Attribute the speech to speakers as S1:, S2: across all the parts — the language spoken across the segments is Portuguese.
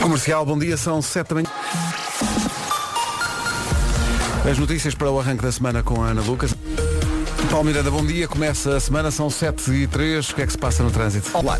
S1: Comercial, bom dia, são 7 da manhã. As notícias para o arranque da semana com a Ana Lucas. Paulo Miranda, bom dia. Começa a semana, são 7 e 3 O que é que se passa no trânsito?
S2: Olá.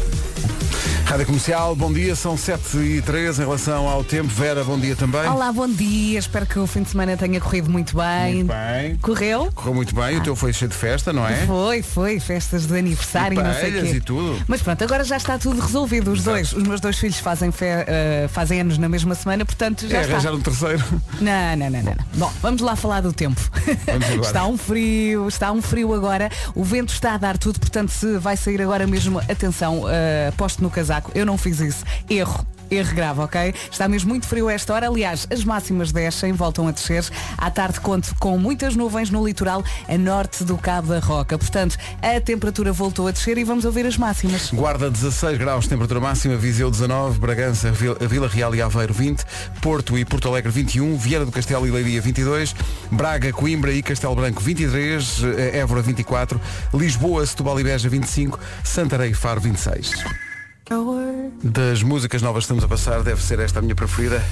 S1: Rádio Comercial, bom dia. São 7 e 3 em relação ao tempo. Vera, bom dia também.
S3: Olá, bom dia. Espero que o fim de semana tenha corrido muito bem.
S1: Muito bem.
S3: Correu?
S1: Correu muito bem. O teu foi cheio de festa, não é?
S3: Foi, foi. Festas de aniversário,
S1: E
S3: não sei
S1: paelhas
S3: quê.
S1: e tudo.
S3: Mas pronto, agora já está tudo resolvido. Os dois, os meus dois filhos fazem, fe- eh, fazem anos na mesma semana, portanto já
S1: é,
S3: está.
S1: arranjar um terceiro.
S3: Não, não, não, não, não. Bom, vamos lá falar do tempo.
S1: Vamos agora.
S3: está um frio, está um frio agora. O vento está a dar tudo, portanto, se vai sair agora mesmo, atenção, eh, aposto no casaco. Eu não fiz isso. Erro. Erro grave, ok? Está mesmo muito frio a esta hora. Aliás, as máximas descem, voltam a descer. À tarde conto com muitas nuvens no litoral a norte do Cabo da Roca. Portanto, a temperatura voltou a descer e vamos ouvir as máximas.
S1: Guarda 16 graus, temperatura máxima, Viseu 19, Bragança, Vil- Vila Real e Aveiro 20, Porto e Porto Alegre 21, Vieira do Castelo e Leiria 22, Braga, Coimbra e Castelo Branco 23, eh, Évora 24, Lisboa, Setúbal e Beja 25, Santarém e Faro 26. Das músicas novas que estamos a passar, deve ser esta a minha preferida,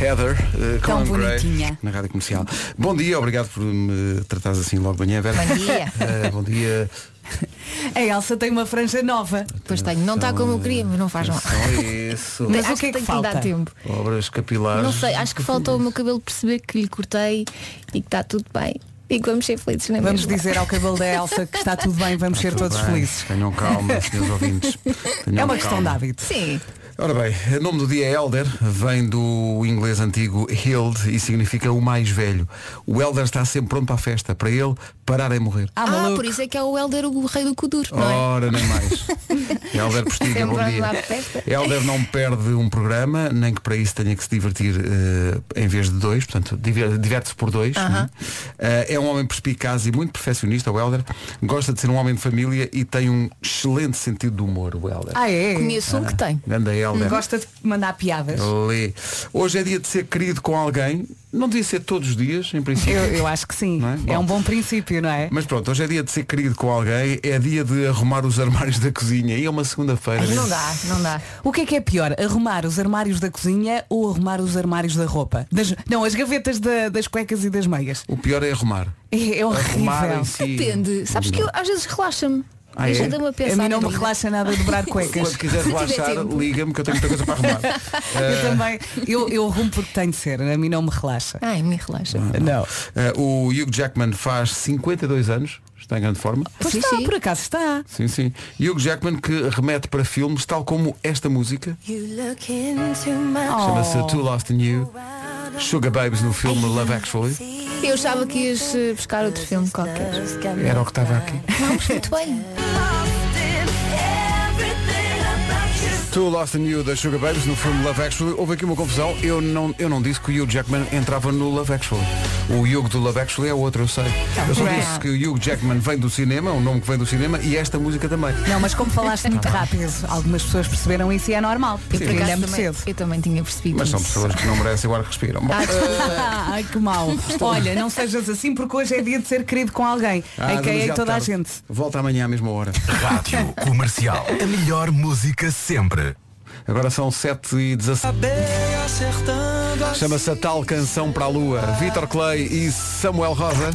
S1: Heather, eh,
S3: Tão
S1: Conan Gray,
S3: bonitinha.
S1: na Rádio Comercial. Bom dia, obrigado por me tratares assim logo de manhã, Vera.
S4: Bom dia.
S1: Eh, bom dia.
S3: A Elsa tem uma franja nova.
S1: É
S4: Pois tenho, não está como eu queria, mas não faz mal.
S1: Atenção a isso.
S3: Mas
S4: Acho
S3: o que é que
S4: tem
S3: falta?
S4: dar tempo.
S1: Obras capilares.
S4: Não sei, acho que faltou o meu cabelo perceber que lhe cortei e que está tudo bem. E que vamos ser felizes na
S3: Vamos
S4: mesma.
S3: dizer ao cabelo da Elsa que está tudo bem, vamos ser
S1: Tudo
S3: todos
S1: bem.
S3: felizes.
S1: Tenham calma, senhores ouvintes. Tenham
S3: É uma questão de
S1: calma.
S3: hábito.
S4: Sim,
S1: Ora bem, o nome do dia é Elder, vem do inglês antigo Hild e significa o mais velho. O Elder está sempre pronto para a festa, para ele parar em morrer.
S3: Ah,
S4: ah,
S3: maluco. Oh,
S4: por isso é que é o Helder o rei do Kudur, não é?
S1: Ora, nem mais. Helder Postiga,
S4: Sempre
S1: bom
S4: vai
S1: dia.
S4: lá à festa.
S1: Helder não perde um programa, nem que para isso tenha que se divertir eh, em vez de dois, portanto, diver- diverte-se por dois. não é? Eh, é um homem perspicaz e muito perfeccionista, o Helder. Gosta de ser um homem de família e tem um excelente sentido de humor, o Helder.
S3: Ah, é?
S4: Conheço um que tem.
S1: Ganda Helder.
S3: Gosta de mandar piadas.
S1: Ali. Hoje é dia de ser querido com alguém. Não devia ser todos os dias, em princípio.
S3: Eu, eu acho que sim.
S1: Não é?
S3: É um
S1: Bom.
S3: bom princípio, não é?
S1: Mas pronto, hoje é dia de ser querido com alguém, é dia de arrumar os armários da cozinha. E é uma segunda-feira.
S4: Não dá, não dá.
S3: O que é que é pior? Arrumar os armários da cozinha ou arrumar os armários da roupa? Das- não, as gavetas da- das cuecas e das meias.
S1: O pior é arrumar.
S3: É, é
S1: Arrumar
S3: horrível.
S1: em si.
S4: Depende. Sabes que eu às vezes relaxa-me.
S1: Ah, é?
S4: Ajuda-me a
S3: A
S4: pensar.
S3: mim não me
S4: na vida.
S3: relaxa nada dobrar cuecas.
S1: Quando quiser
S4: Se tiver
S1: relaxar,
S4: tempo.
S1: liga-me que eu tenho muita coisa para arrumar.
S3: Eu também. Eu, eu arrumo porque tenho de ser. A mim não me relaxa.
S4: Ai, me relaxa.
S3: Não.
S1: Eh, o Hugh Jackman faz 52 anos, está em grande forma.
S3: Pois
S4: Sim,
S3: está,
S4: sim.
S3: por acaso está.
S1: Sim, sim. Hugh Jackman que remete para filmes, tal como esta música,
S3: Oh.
S1: chama-se
S4: Oh.
S1: Too Lost in You. Sugar Babes no filme Love Actually.
S4: Eu achava que ias eh, buscar outro filme qualquer.
S1: Era o que estava aqui.
S4: Vamos muito bem.
S1: Too Lost in You da Sugar Babes no filme Love Actually. Houve aqui uma confusão. Eu não, eu não disse que o Hugh Jackman entrava no Love Actually. O Hugh do Love Actually é outro, eu sei. Eu só disse que o Hugh Jackman vem do cinema, um nome que vem do cinema, e esta música também.
S3: Não, mas como falaste muito rápido, algumas pessoas perceberam isso e é normal. Porque
S4: Eu, por
S3: ainda é
S4: acaso,
S3: muito
S4: também,
S3: cedo.
S4: eu também tinha percebido
S1: Mas são
S4: isso.
S1: pessoas que não merecem, agora respiram. Bom,
S4: Ah, desculpa.
S3: Ai, que mal. Olha, não sejas assim porque hoje é dia de ser querido com alguém.
S1: ah,
S3: em quem é
S1: demasiado
S3: toda
S1: tarde.
S3: a gente.
S1: Volta amanhã à mesma hora.
S5: Rádio Comercial. A melhor música sempre.
S1: Agora são 7 e 17 Chama-se a tal canção para a lua. Vitor Clay e Samuel Rosa.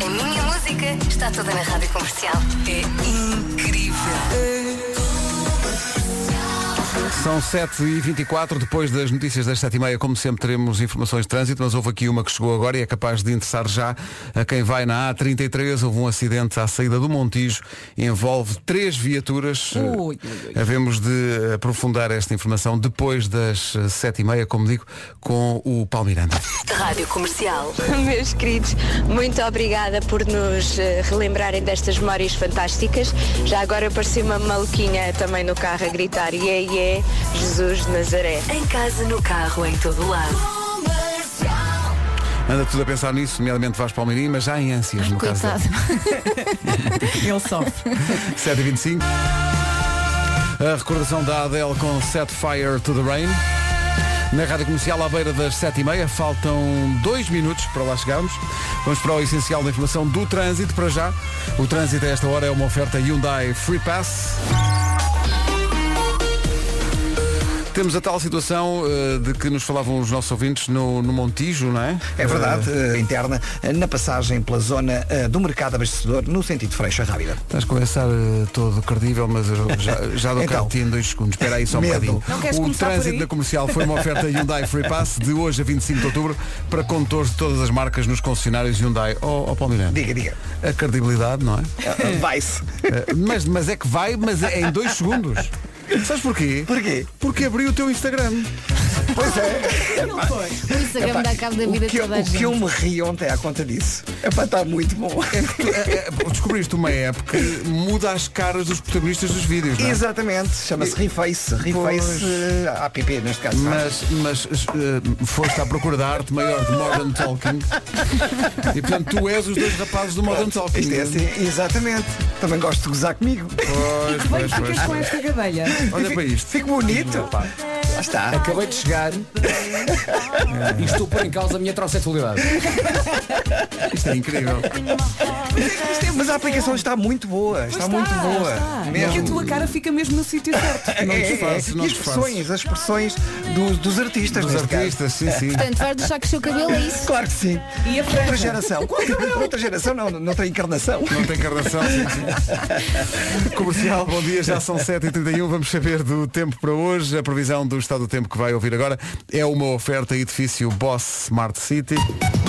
S6: A minha música está toda na rádio comercial. É incrível.
S1: São 7h24, depois das notícias das 7h30, como sempre teremos informações de trânsito, mas houve aqui uma que chegou agora e é capaz de interessar já a quem vai na A33. Houve um acidente à saída do Montijo, envolve três viaturas. Eh,
S3: Ui, ui, ui.
S1: Havemos de aprofundar esta informação depois das eh, 7h30, como digo, com o Paulo Miranda.
S6: Rádio comercial.
S7: Meus queridos, muito obrigada por nos eh, relembrarem destas memórias fantásticas. Já agora eu pareci uma maluquinha também no carro a gritar Iê, iê, Jesus de Nazaré.
S6: Em casa, no carro, em todo lado.
S1: Anda tudo a pensar nisso, nomeadamente Vasco Palmeirim, mas já em ânsias, no caso. dele.
S4: Coitado.
S3: Ele sofre.
S1: 7h25. A recordação da Adele com Set Fire to the Rain. Na rádio comercial, à beira das 7h30, faltam dois minutos para lá chegarmos. Vamos para o essencial da informação do trânsito, para já. O trânsito a esta hora é uma oferta Hyundai Free Pass. Temos a tal situação eh, de que nos falavam os nossos ouvintes no, no Montijo, não é?
S2: É verdade, eh, interna, eh, na passagem pela zona eh, do mercado abastecedor, no sentido de Freixa Rábida.
S1: Estás a começar eh, todo credível, mas eu já, já dou
S2: Então.
S1: cabo de ti em dois segundos. Espera aí só um
S2: Medo.
S1: bocadinho.
S3: Não queres
S1: o
S3: começar por
S1: trânsito
S3: aí?
S1: na comercial foi uma oferta Hyundai Free Pass de hoje a 25 de outubro para condutores de todas as marcas nos concessionários Hyundai. Ó oh, Paulo Miranda,
S2: Diga, diga.
S1: a credibilidade, não é?
S2: Eh, Vai-se.
S1: Eh, mas, mas é que vai, mas é em dois segundos. Sabes porquê?
S2: Porquê?
S1: Porque abri o teu Instagram.
S2: Pois é.
S4: O Instagram
S8: É
S2: Epá,
S4: dá cabo da vida
S2: o
S4: de
S2: que, eu-
S4: toda a
S2: o que
S4: gente.
S2: eu me ri ontem à conta disso. Epá, está muito bom.
S1: Tu, eh, eh, Descobriste uma app que muda as caras dos protagonistas dos vídeos, não é?
S2: Exatamente, chama-se Reface,
S1: Pois.
S2: Reface eh, APP neste caso. é?
S1: Mas, mas eh, foste à procura da arte maior de Modern Talking E portanto tu és os dois rapazes do Modern Talking
S2: Isto é assim, exatamente. Também gosto de gozar comigo.
S1: Pois,
S3: Bem,
S1: pois, pois.
S3: ficas com esta gadelha.
S1: Olha para isto
S2: Fico bonito. Lá está.
S8: Acabei de chegar e estou por em causa a minha transexualidade.
S1: Isto é incrível
S2: Isto é- Mas a aplicação está muito boa. Está, muito boa.
S3: Porque a
S2: Mesmo.
S3: tua cara fica mesmo no sítio certo.
S2: É,
S1: Não
S2: é, é.
S1: disfarce, não
S2: E as
S1: disfarce.
S2: expressões, as expressões do- dos artistas
S1: Os
S2: neste caso.
S1: artistas, sim, sim
S4: Portanto, vais deixar que o seu cabelo é isso.
S2: Claro que sim.
S3: E a
S2: Outra
S3: franja?
S2: geração. Qual é cabelo? Outra geração não, não tem encarnação.
S1: Não tem carnação sim, sim. Comercial, bom dia, já são 7h31 Vamos saber do tempo para hoje A previsão do estado do tempo que vai ouvir agora É uma oferta edifício Boss Smart City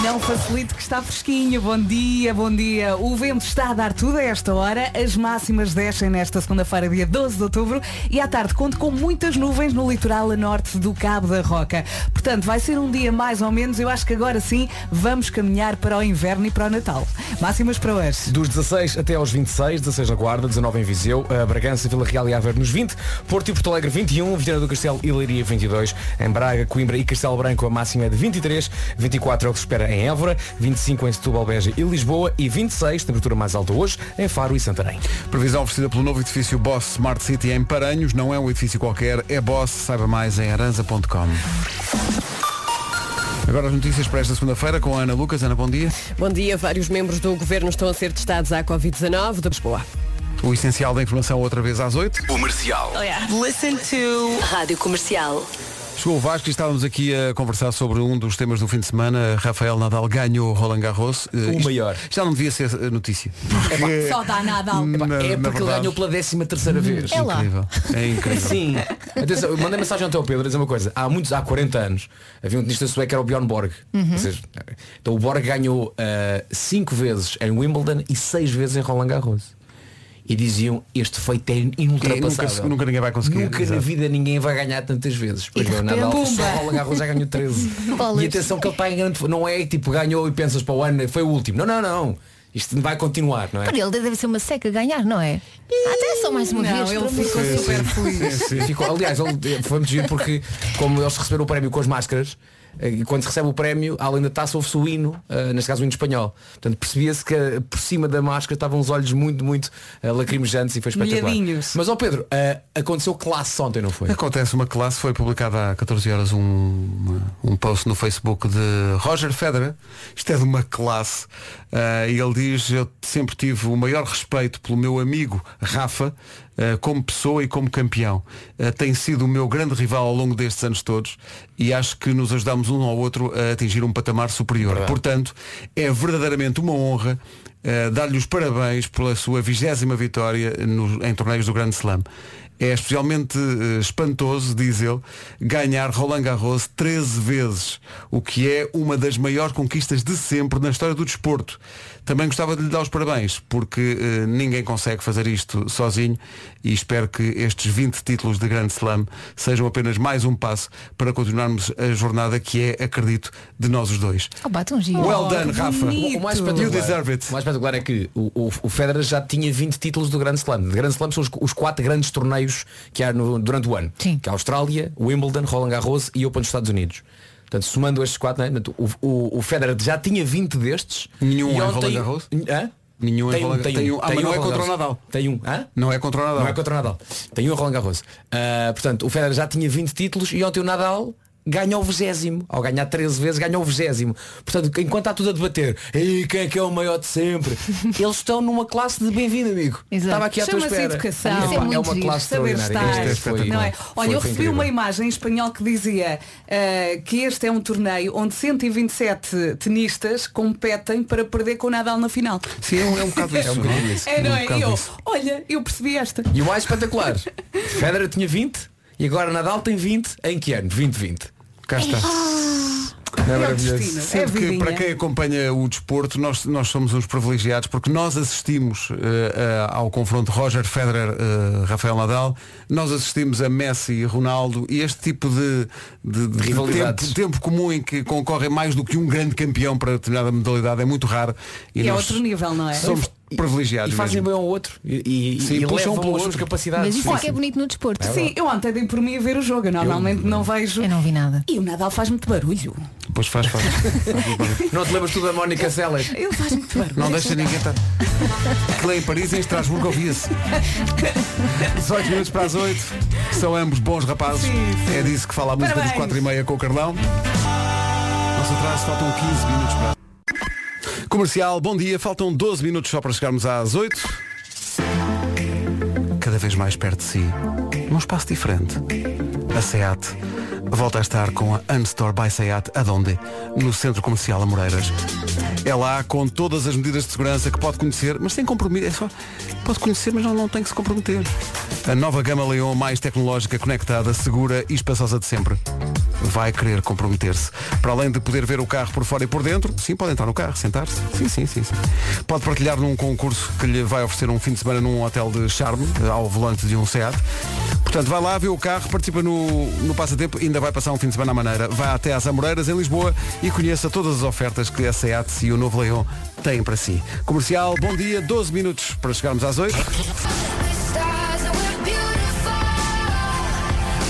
S3: Não facilite que está fresquinho. Bom dia, bom dia. O vento está a dar tudo a esta hora. As máximas descem nesta segunda-feira, dia 12 de outubro. E à tarde conto com muitas nuvens no litoral a norte do Cabo da Roca. Portanto, vai ser um dia mais ou menos. Eu acho que agora sim vamos caminhar para o inverno e para o Natal. Máximas para hoje.
S8: Dos 16 até aos 26, 16 na Guarda, 19 em Viseu, eh, Bragança, Vila Real e Aveiro nos 20, Porto e Porto Alegre 21, Viana do Castelo e Leiria 22, em Braga, Coimbra e Castelo Branco a máxima é de 23, 24 é o que se espera em Évora, 25 em Setúbal, Beja e Lisboa e 26, temperatura mais alta hoje, em Faro e Santarém.
S1: Previsão oferecida pelo novo edifício Boss Smart City em Paranhos. Não é um edifício qualquer, é Boss. Saiba mais em aranza.com. Agora as notícias para esta segunda-feira com a Ana Lucas. Ana, bom dia.
S9: Bom dia, vários membros do governo estão a ser testados à Covid-19 de Lisboa.
S1: O essencial da informação outra vez às 8.
S5: Comercial.
S6: Listen to Rádio Comercial.
S1: Chegou o Vasco e estávamos aqui a conversar sobre um dos temas do fim de semana. Rafael Nadal ganhou o Roland Garros. Eh,
S8: O
S1: isto
S8: maior.
S1: Já não devia ser eh, notícia.
S3: Só dá nada.
S1: Na- na
S8: é porque ele
S1: verdade,
S8: ganhou pela 13 terceira vez.
S4: É lá.
S1: Incrível. É incrível.
S8: Sim. Atenção, eu mandei mensagem ontem ao Pedro a dizer uma coisa. Há muitos, há 40 anos, havia um tenista sueco que era o Bjorn Borg.
S4: Uhum.
S8: Ou seja, então o Borg ganhou 5 vezes em Wimbledon e 6 vezes em Roland Garros. E diziam, este feito é
S1: É, nunca,
S8: inultrapassável.
S1: nunca ninguém vai conseguir.
S8: Nunca na
S1: exato.
S8: vida ninguém vai ganhar tantas vezes. Pois
S4: de
S8: bem, o
S4: repente,
S8: Nadal
S4: pumba.
S8: só Roland Garros já ganhou 13. e
S4: Bolas.
S8: atenção que ele está em grande. Não é tipo ganhou e pensas para o ano, foi o último. Não, não, não. Isto vai continuar, não é?
S4: Para ele deve ser uma seca ganhar, não é? Até só mais uma
S3: Não,
S4: vez.
S3: ele
S4: pelo amor de
S3: ficou
S4: Deus.
S3: super feliz.
S8: Sim, ficou- aliás, ele- foi muito giro porque como eles receberam o prémio com as máscaras, eh, e quando se recebe o prémio, além da taça ouve-se o hino, eh, neste caso o hino espanhol. Portanto, percebia-se que eh, por cima da máscara estavam os olhos muito, muito eh, lacrimejantes e foi espetacular.
S3: Molhadinhos.
S8: Mas ó Pedro, eh, aconteceu classe ontem, não foi?
S1: Acontece uma classe, foi publicada há 14 horas um, um post no Facebook de Roger Federer. Isto é de uma classe. Ah, e ele diz, eu sempre tive o maior respeito pelo meu amigo Rafa, ah, como pessoa e como campeão. Ah, tem sido o meu grande rival ao longo destes anos todos e acho que nos ajudamos um ao outro a atingir um patamar superior. Portanto, é verdadeiramente uma honra ah, dar-lhe os parabéns pela sua vigésima vitória no- em torneios do Grande Slam. É especialmente eh, espantoso, diz ele, ganhar Roland Garros 13 vezes, o que é uma das maiores conquistas de sempre na história do desporto. Também gostava de lhe dar os parabéns, porque eh, ninguém consegue fazer isto sozinho e espero que estes 20 títulos de Grande Slam sejam apenas mais um passo para continuarmos a jornada que é, acredito, de nós os dois.
S4: Oh, bate um giro.
S1: Well
S3: Oh,
S1: done,
S3: que
S1: Rafa.
S3: bonito.
S8: O mais
S1: You
S8: espetacular,
S1: deserve it.
S8: o mais espetacular é que o, o, o Federer já tinha 20 títulos do Grand Slam. De Grand Slam são os, os quatro grandes torneios que há no- durante o ano.
S4: Sim.
S8: Que é a Austrália, Wimbledon, Roland Garros e Open dos Estados Unidos. Portanto, somando estes quatro, né? Portanto, o, o, o Federer já tinha 20 destes.
S1: Nenhum
S8: E
S1: em
S8: ontem-
S1: Roland Garros?
S8: Hã?
S1: Nenhum em
S8: tem
S1: Roland-
S8: um, tem um,
S1: tem um. Ah, mas não
S8: em
S1: é
S8: Roland
S1: contra o
S8: Garros.
S1: Nadal.
S8: Tem um, hã?
S1: Não é contra o Nadal.
S8: Não é contra o Nadal. Tem um Roland Garros. Ah, portanto, o Federer já tinha 20 títulos e ontem o Nadal
S10: ganha o vigésimo. Ao ganhar 13 vezes, ganha o vigésimo. Portanto, enquanto está tudo a debater, e quem é que é o maior de sempre? Eles estão numa classe de bem-vindo, amigo.
S3: Exato.
S10: Estava aqui à tua
S3: Chama-se
S10: espera.
S3: educação.
S10: Epá,
S3: Isso é
S10: é,
S3: muito
S10: uma
S3: giro.
S10: classe
S3: Saber
S10: extraordinária.
S3: estar.
S10: Este foi-
S3: não é? Olha, eu
S10: foi- foi
S3: recebi
S10: incrível.
S3: uma imagem em espanhol que dizia eh, que este é um torneio onde 127 tenistas competem para perder com o Nadal na final.
S1: Sim, é um, é um bocado isso.
S8: É um bocadinho isso.
S3: É, não
S8: Um
S3: é?
S8: bocado
S3: E eu,
S8: isso.
S3: olha, eu percebi esta.
S8: E o mais espetacular, Federer tinha 20 e agora Nadal tem 20 em que ano? 2020.
S1: Cá está.
S3: Ah.
S8: Não é
S3: destino.
S8: maravilhoso?
S1: Sendo
S3: É
S1: que
S3: vidinha.
S1: para quem acompanha o desporto, nós, nós somos uns privilegiados porque nós assistimos eh, a- ao confronto Roger Federer eh, Rafael Nadal, nós assistimos a Messi e Ronaldo e este tipo de, de, de
S8: Rivalidades.
S1: tempo, tempo comum em que concorre mais do que um grande campeão para determinada modalidade é muito raro.
S3: E é
S1: nós
S3: outro nível, não é?
S1: Somos privilegiados.
S8: E fazem
S1: mesmo.
S8: bem ao outro. E, e,
S1: Sim,
S8: e
S1: puxam
S8: levam
S1: um pelo
S8: as suas
S1: outro.
S8: capacidades.
S4: Mas isso é que é bonito no desporto.
S3: Sim, eu ontem dei por mim a ver o jogo. Eu normalmente não vejo.
S4: Eu não vi nada.
S3: E o Nadal faz muito barulho.
S1: Pois faz, faz.
S8: Não te lembras tu da Mónica Seller?
S3: Ele faz muito barulho.
S1: Não deixa ninguém estar. Que lá em Paris e em Estrasburgo ouvia-se. 18 minutos para as 8. São ambos bons rapazes. É disso que fala a música
S3: Parabéns.
S1: dos 4 e meia com o Carlão. Nosso atraso faltam 15 minutos para. Comercial, bom dia. Faltam 12 minutos só para chegarmos às 8. Cada vez mais perto de si, num espaço diferente. A SEAT volta a estar com a Unstore by SEAT Adonde, no Centro Comercial Amoreiras. É lá com todas as medidas de segurança que pode conhecer, mas sem compromisso. É só, pode conhecer, mas não, não tem que se comprometer. A nova gama Leon mais tecnológica, conectada, segura e espaçosa de sempre. Vai querer comprometer-se. Para além de poder ver o carro por fora e por dentro, sim, pode entrar no carro, sentar-se. Sim, sim, sim, sim. Pode partilhar num concurso que lhe vai oferecer um fim de semana num hotel de charme, ao volante de um SEAT. Portanto, vai lá, vê o carro, participa no, no passatempo, ainda vai passar um fim de semana à maneira. Vá até às Amoreiras, em Lisboa, e conheça todas as ofertas que a SEAT e o Novo Leão têm para si. Comercial, bom dia, 12 minutos para chegarmos às 8.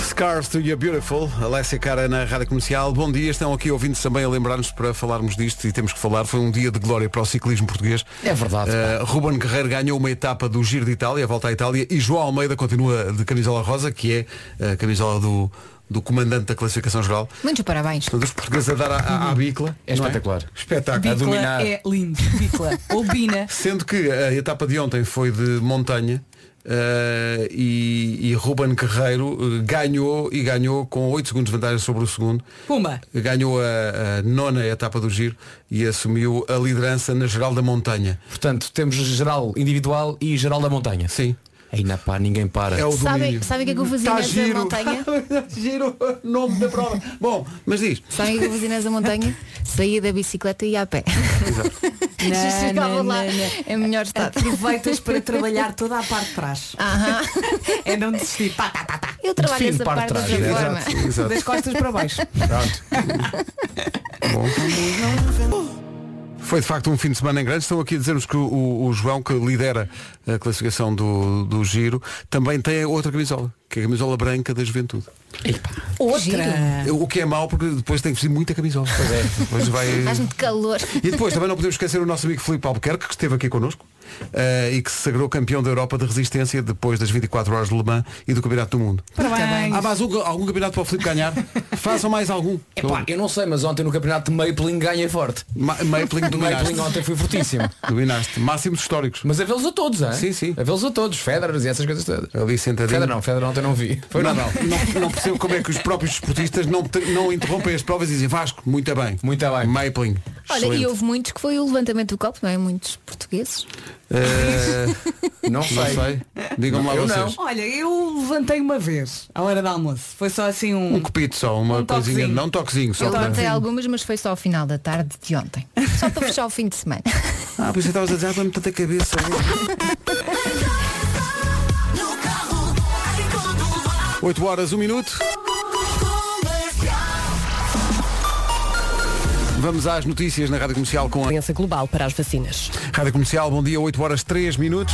S1: Scars to You're Beautiful, Alessia Cara na Rádio Comercial. Bom dia, estão aqui ouvintes também a lembrar-nos para falarmos disto e temos que falar. Foi um dia de glória para o ciclismo português.
S10: É verdade,
S1: Eh, Ruben Guerreiro ganhou uma etapa do Giro de Itália, a volta à Itália, e João Almeida continua de camisola rosa, que é a camisola do, do comandante da classificação geral.
S4: Muitos parabéns.
S1: Portanto, os portugueses a dar à, à, à bicla.
S8: É
S1: não
S8: espetacular.
S1: Espetáculo.
S8: A
S3: Bicla
S8: dominar.
S3: é lindo. Bicla. Ou Bina.
S1: Sendo que a etapa de ontem foi de montanha eh, e, e Ruben Guerreiro eh, ganhou e ganhou com 8 segundos de vantagem sobre o segundo.
S3: Puma.
S1: Ganhou a, a nona etapa do giro e assumiu a liderança na geral da montanha.
S8: Portanto, temos geral individual e geral da montanha.
S1: Sim.
S8: Ainda pá, ninguém para.
S1: É o
S4: Sabem
S1: domínio.
S4: sabem o que é que eu fazia
S1: Tá
S4: nessa
S1: giro.
S4: montanha?
S1: giro, nome da prova. Bom, mas diz.
S4: Sabem o que eu fazia nessa montanha? Saía da bicicleta e ia a pé. Já
S3: não,
S4: chegava lá
S3: não, não.
S4: em É melhor estado.
S3: Aproveitas para trabalhar toda a parte de trás.
S4: Aham.
S3: É não desistir. Pá, tá, tá, tá.
S4: Eu trabalho
S8: Define
S4: essa
S8: parte
S4: parte
S8: de
S4: da
S8: trás,
S4: forma.
S1: exato.
S3: Das costas para baixo.
S1: Foi de facto um fim de semana em grande. Estão aqui a dizer-nos que o, o João, que lidera a classificação do, do giro, também tem outra camisola, que é a camisola branca da juventude.
S3: Outra.
S1: O que é mau porque depois tem que vestir muita camisola. Pois é. Depois vai...
S4: Faz muito calor.
S1: E depois também não podemos esquecer o nosso amigo Filipe Albuquerque, que esteve aqui connosco eh, e que se sagrou campeão da Europa de resistência depois das 24 horas de Le Mans e do Campeonato do Mundo.
S3: Parabéns.
S1: Há mais um- algum campeonato para o Filipe ganhar? Façam mais algum.
S8: Epá, É eu não sei, mas ontem no campeonato de Mapling ganhei forte.
S1: Ma- Mapling
S8: O Mapling
S1: dominaste.
S8: ontem foi fortíssimo.
S1: Dominaste. Máximos históricos.
S8: Mas a vê-los a todos, hein?
S1: Sim, sim.
S8: A vê-los a todos, Federer e essas coisas todas.
S1: Ali sentadinho.
S8: Federer não, Federer ontem não vi. Foi
S1: não,
S8: Nadal.
S1: não, não percebo como é que os próprios desportistas não, te- não interrompem as provas e dizem Vasco, muito bem.
S8: Muito bem.
S1: Mapling.
S4: Olha,
S1: excelente."
S4: e houve muitos que foi o levantamento do copo, não é? Muitos portugueses.
S1: Eh,
S8: Não
S1: não
S8: sei.
S1: sei. Digam-me lá
S8: Eu não.
S1: vocês.
S3: Olha, eu levantei uma vez à hora do almoço. Foi só assim um.
S1: Um copito só, uma
S3: Um
S1: coisinha.
S3: toquezinho.
S1: Não um toquezinho, só
S4: Eu
S1: para-
S4: levantei algumas, mas foi só ao final da tarde de ontem. Só para fechar o fim de semana.
S1: Ah, por isso estavas a dizer, ah, dá-me tanta cabeça. Oito horas, um minuto. Vamos às notícias na Rádio Comercial com a
S9: Aliança Global para as Vacinas.
S1: Rádio Comercial, bom dia, 8 horas 3 minutos.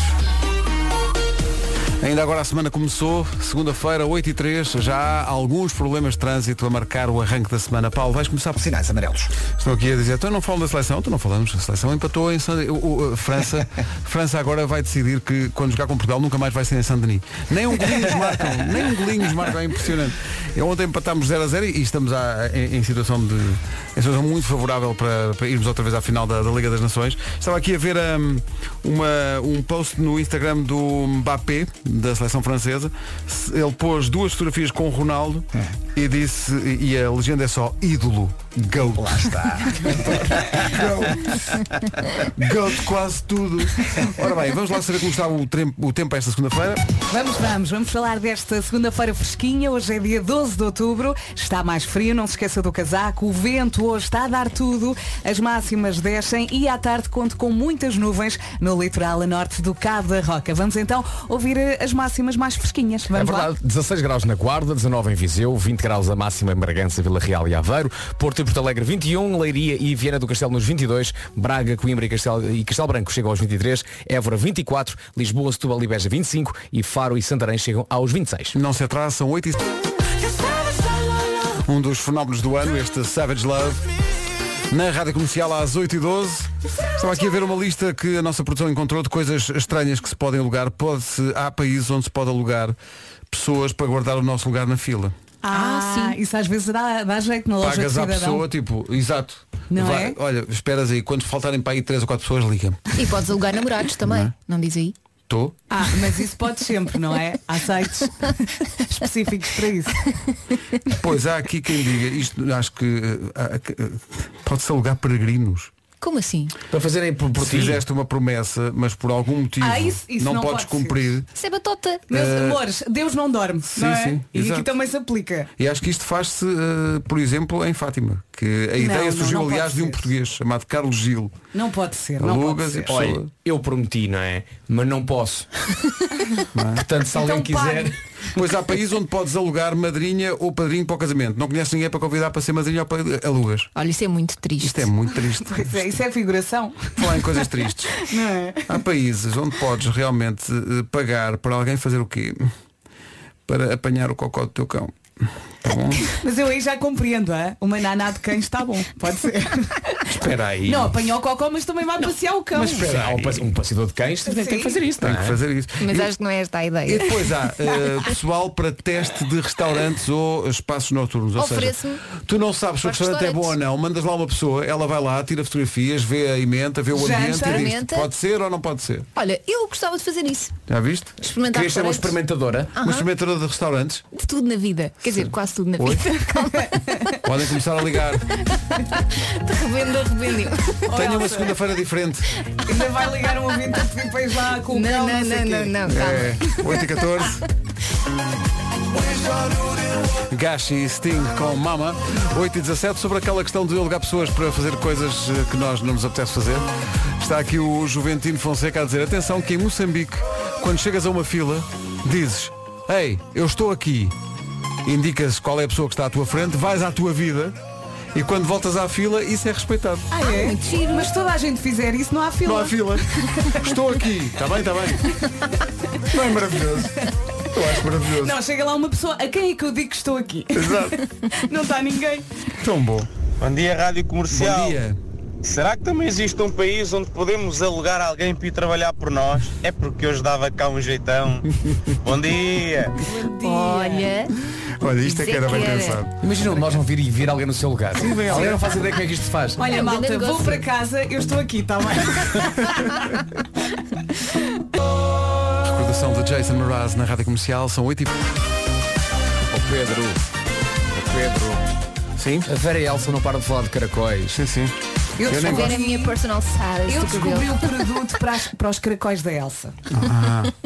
S1: Ainda agora a semana começou, segunda-feira, 8 e 3, já há alguns problemas de trânsito a marcar o arranque da semana. Paulo, vais começar por si.
S2: Sinais amarelos.
S1: Estão aqui a dizer, então não falam da seleção, então não falamos. A seleção empatou em San... o- o- a França. França agora vai decidir que quando jogar com Portugal nunca mais vai ser em Saint-Denis. Nem um golinho nos marcam, nem um golinho nos marcam, é impressionante. Eu ontem empatámos 0 a 0 e estamos à- em, em situação de. em situação muito favorável para, para irmos outra vez à final da, da Liga das Nações. Estava aqui a ver hum, uma- um post no Instagram do Mbappé, da seleção francesa. Se- Ele pôs duas fotografias com o Ronaldo e disse, e e a legenda é só ídolo. Goat. Lá está. Goat. Goat quase tudo. Ora bem, vamos lá saber como está o, trem- o tempo a esta segunda-feira.
S3: Vamos, vamos, vamos falar desta segunda-feira fresquinha. Hoje é dia 12 de outubro. Está mais frio, não se esqueça do casaco. O vento hoje está a dar tudo. As máximas descem e à tarde conto com muitas nuvens no litoral a norte do Cabo da Roca. Vamos então ouvir eh, as máximas mais fresquinhas.
S8: É
S3: Vamos lá.
S8: verdade, 16 graus na Guarda, 19 em Viseu, 20 graus a máxima em Bragança, Vila Real e Aveiro, Porto e Porto Alegre 21, Leiria e Viana do Castelo nos 22, Braga, Coimbra e Castelo, e Castelo Branco chegam aos 23, Évora 24, Lisboa, Setúbal e Beja 25 e Faro e Santarém chegam aos 26.
S1: Não se atrasa, são 8 e... Um dos fenómenos do ano, este Savage Love. Na rádio comercial às 8h12. Estava aqui a ver uma lista que a nossa produção encontrou de coisas estranhas que se podem alugar. Pode-se, há países onde se pode alugar pessoas para guardar o nosso lugar na fila.
S3: Ah, sim. Isso às vezes dá, dá jeito na loja
S1: Pagas
S3: de
S1: à
S3: cidadão.
S1: pessoa, tipo, exato.
S3: Não
S1: Vai,
S3: é?
S1: Olha, esperas aí, quando faltarem para aí 3 ou 4 pessoas, liga-me.
S4: E podes alugar namorados também,
S1: é?
S4: não diz aí?
S1: Estou?
S3: Ah, mas isso pode sempre, não é? Há sites específicos para isso.
S1: Pois há aqui quem diga, isto acho que eh, há- que, eh, pode-se alugar peregrinos.
S4: Como assim?
S8: Para fazerem por,
S1: Se fizeste uma promessa, mas por algum motivo
S3: Ah, isso- isso não
S1: podes
S3: pode ser.
S1: cumprir.
S4: Isso é batota.
S3: Meus
S1: Eh,
S3: amores, Deus não dorme.
S1: sim,
S3: não é?
S1: sim,
S3: e
S1: exato.
S3: aqui também se aplica.
S1: E acho que isto faz-se, eh, por exemplo, em Fátima. Que a
S3: Não,
S1: ideia
S3: não,
S1: surgiu,
S3: não pode
S1: aliás, de um
S3: ser.
S1: português chamado Carlos Gil.
S3: Não pode ser, não pode
S1: Alugas e
S3: ser.
S1: pessoa.
S8: Olha, eu prometi, não é? Mas não posso.
S1: é?
S8: Portanto, se alguém
S3: Então pague.
S8: quiser.
S1: Pois há país onde podes alugar madrinha ou padrinho para o casamento. Não conheces ninguém para convidar para ser madrinha ou para alugas.
S4: Olha, isso é muito triste.
S1: Isto é muito triste.
S3: Pois é, isso é figuração,
S1: Falar em coisas tristes.
S3: não é?
S1: Há países onde podes realmente eh, pagar para alguém fazer o quê? Para apanhar o cocó do teu cão. Tá bom?
S3: Mas eu aí já compreendo, hã? uma naná de cães está bom, pode ser.
S8: Espera aí.
S3: Não, apanhou o cocó, mas também vai passear o cão.
S8: Mas espera, há um passe- um passeador de cães tem tem que fazer isso, não
S1: Tem
S8: é?
S1: que fazer isso.
S4: Mas
S1: E-
S4: acho que não é esta a
S1: E
S4: ideia.
S1: depois há eh, pessoal para teste de restaurantes ou espaços noturnos. Ou seja,
S4: Oferece-me.
S1: tu não sabes se o
S4: Para
S1: restaurante é bom ou
S4: restaurantes.
S1: não, mandas lá uma pessoa, ela vai lá, tira fotografias, vê a emenda, vê o
S3: Janta.
S1: ambiente e diz
S4: Experimenta.
S1: pode ser ou não pode ser.
S4: Olha, eu gostava de fazer isso.
S1: Já viste?
S4: Experimentar
S8: Querias ser uma
S4: restaurantes.
S8: experimentadora?
S1: Uma experimentadora de restaurantes
S4: de tudo na vida. Quer dizer, quase tudo na
S1: Oi?
S4: vida.
S1: podem começar a ligar.
S4: De rebendo a rebelião.
S1: Tenha uma segunda-feira diferente.
S3: Ainda vai ligar um ouvinte a pedir para ir lá com o cão,
S4: Não,
S3: não,
S4: não,
S3: sei
S4: não,
S3: quê.
S4: não, não, calma.
S1: É, 8 e 14. Gashi e Sting com Mama 8 e 17 sobre aquela questão de alugar pessoas para fazer coisas eh, que nós não nos apetece fazer Está aqui o Juventino Fonseca a dizer Atenção que em Moçambique Quando chegas a uma fila Dizes Ei, eu estou aqui Indicas qual é a pessoa que está à tua frente Vais à tua vida E quando voltas à fila Isso é respeitado
S3: Ah, é? Mas se toda a gente fizer isso, não há fila.
S1: Não há fila Estou aqui Está bem, está bem Não é maravilhoso? Eu acho maravilhoso
S3: Não, chega lá uma pessoa, a quem é que eu digo que estou aqui?
S1: Exato
S3: Não está ninguém.
S1: Tão bom.
S11: Bom dia, Rádio Comercial.
S1: Bom dia.
S11: Será que também existe um país onde podemos alugar alguém para ir trabalhar por nós? É porque hoje dava cá um jeitão. Bom dia.
S4: Olha,
S1: Olha, isto é que era bem
S4: Isso é que era.
S1: pensado.
S8: Imagina um, nós não vir e vir alguém no seu lugar. alguém não faz ideia como é que isto se faz.
S3: Olha,
S4: É um grande
S3: malta, vou
S4: negócio.
S3: para casa, eu estou aqui, está bem?
S1: Recordação de Jason Mraz na rádio comercial, são 8 e.
S8: Pedro. Pedro.
S1: Sim?
S8: A Vera e a Elsa não param de falar de caracóis.
S1: Sim, sim.
S3: Eu
S1: Eu nem
S4: a
S3: descobri,
S4: ver é a minha personal stylist
S3: eu
S4: do cabelo.
S3: descobri o produto para, as- para os caracóis da Elsa.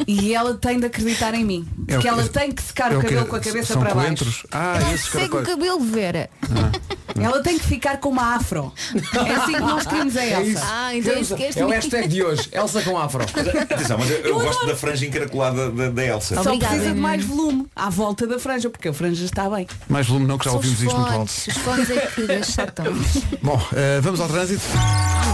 S3: E ela tem de acreditar em mim.
S1: Ah. É o
S3: Porque
S1: que-
S3: ela tem que secar
S1: É
S3: o
S1: o que-
S3: cabelo com a cabeça
S1: são
S3: para baixo.
S1: coentros? Ah, esses
S4: Segue o
S1: caracóis.
S4: cabelo, Vera.
S3: Ela tem que ficar com uma afro. É assim que nós queremos a Elsa.
S4: Ah, então é isso que és
S8: É o
S4: tu.
S8: hashtag de hoje. Elsa com afro.
S12: Atenção, mas eu, eu gosto da franja encaracolada da, da Elsa.
S3: Só
S4: Obrigada.
S3: precisa de mais volume à volta da franja, porque a franja está bem.
S1: Mais volume não, que já
S4: São é os
S1: ouvimos isto muito alto.
S4: fones. Os fones é que gastam.
S1: Bom, eh, vamos ao trânsito.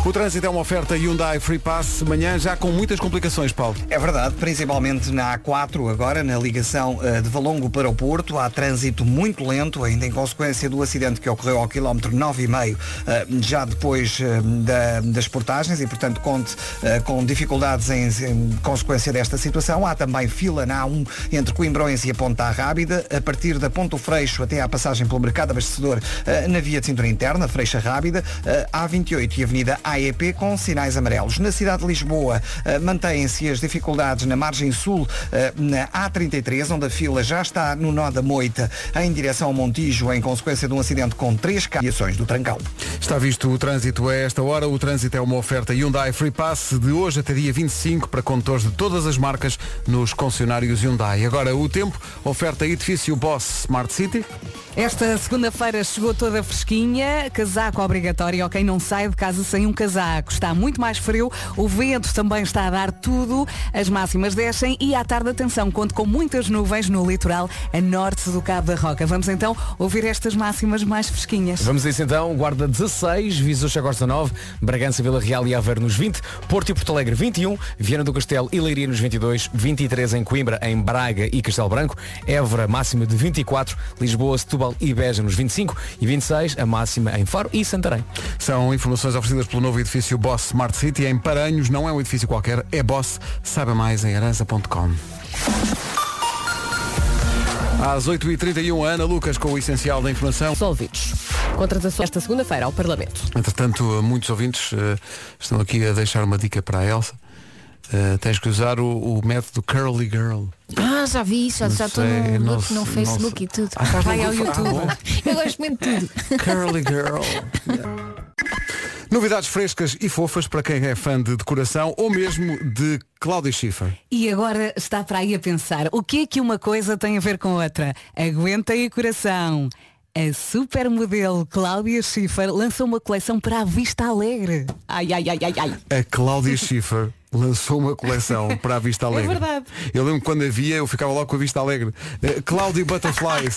S1: O trânsito é uma oferta Hyundai Free Pass amanhã, já com muitas complicações, Paulo.
S2: É verdade, principalmente na A4, agora na ligação eh, de Valongo para o Porto, há trânsito muito lento, ainda em consequência do acidente que ocorreu ao quilómetro 9,5, eh, já depois eh, da- das portagens, e portanto conte eh, com dificuldades em, em consequência desta situação. Há também fila na A1 entre Coimbrões e a Ponta Rábida, a partir da Ponto Freixo até à passagem pelo Mercado Abastecedor eh, na via de cintura interna, Freixa Rábida, eh, A28 e Avenida AEP com sinais amarelos. Na cidade de Lisboa eh, mantêm-se as dificuldades na margem sul, eh, na A33, onde a fila já está no nó da Moita, em direção ao Montijo, em consequência de um acidente com três cações do Trancão.
S1: Está visto o trânsito a esta hora. O trânsito é uma oferta Hyundai Free Pass de hoje até dia 25 para condutores de todas as marcas nos concessionários Hyundai. Agora o tempo, oferta edifício Boss Smart City.
S3: Esta segunda-feira chegou toda fresquinha, casaco obrigatório, ok? Não sai de casa sem um casaco. Está muito mais frio, o vento também está a dar tudo, as máximas descem e à tarde, atenção, conto com muitas nuvens no litoral a norte do Cabo da Roca. Vamos então ouvir estas máximas mais fresquinhas.
S8: Vamos a isso então, Guarda 16, Viseu chega aos 19, Bragança, Vila Real e Aveiro nos 20, Porto e Porto Alegre 21, Viana do Castelo e Leiria nos 22, 23 em Coimbra, em Braga e Castelo Branco, Évora máxima de 24, Lisboa, Setúbal e Beja nos 25 e 26 a máxima em Faro e Santarém.
S1: São informações oferecidas pelo novo edifício Boss Smart City em Paranhos. Não é um edifício qualquer, é Boss. Saiba mais em aranza.com. Às 8h31, Ana Lucas com o essencial da informação.
S9: Solvidos. Contratações esta segunda-feira ao Parlamento.
S1: Entretanto, muitos ouvintes eh, estão aqui a deixar uma dica para a Elsa. Eh, tens que usar o, o método Curly Girl.
S4: Ah, já vi isso, já- já estou
S1: Não
S4: no,
S1: sei, não
S4: grupo,
S1: sei,
S4: no
S1: não
S4: Facebook
S1: sei.
S4: e tudo.
S1: Ah, estás no
S12: tá
S4: Vai ao
S1: grupo? Ah,
S4: YouTube. Eu gosto muito de tudo.
S1: Curly Girl. Novidades frescas e fofas para quem é fã de decoração ou mesmo de Cláudia Schiffer.
S3: E agora está para aí a pensar, o que é que uma coisa tem a ver com outra? Aguenta aí coração. A supermodelo Cláudia Schiffer lançou uma coleção para a Vista Alegre. Ai, ai, ai, ai, ai.
S1: A Cláudia Schiffer lançou uma coleção para a
S8: É
S1: Vista Alegre.
S3: verdade.
S1: Eu lembro que quando havia, eu ficava logo com a Vista Alegre. Eh, Cláudia Butterflies.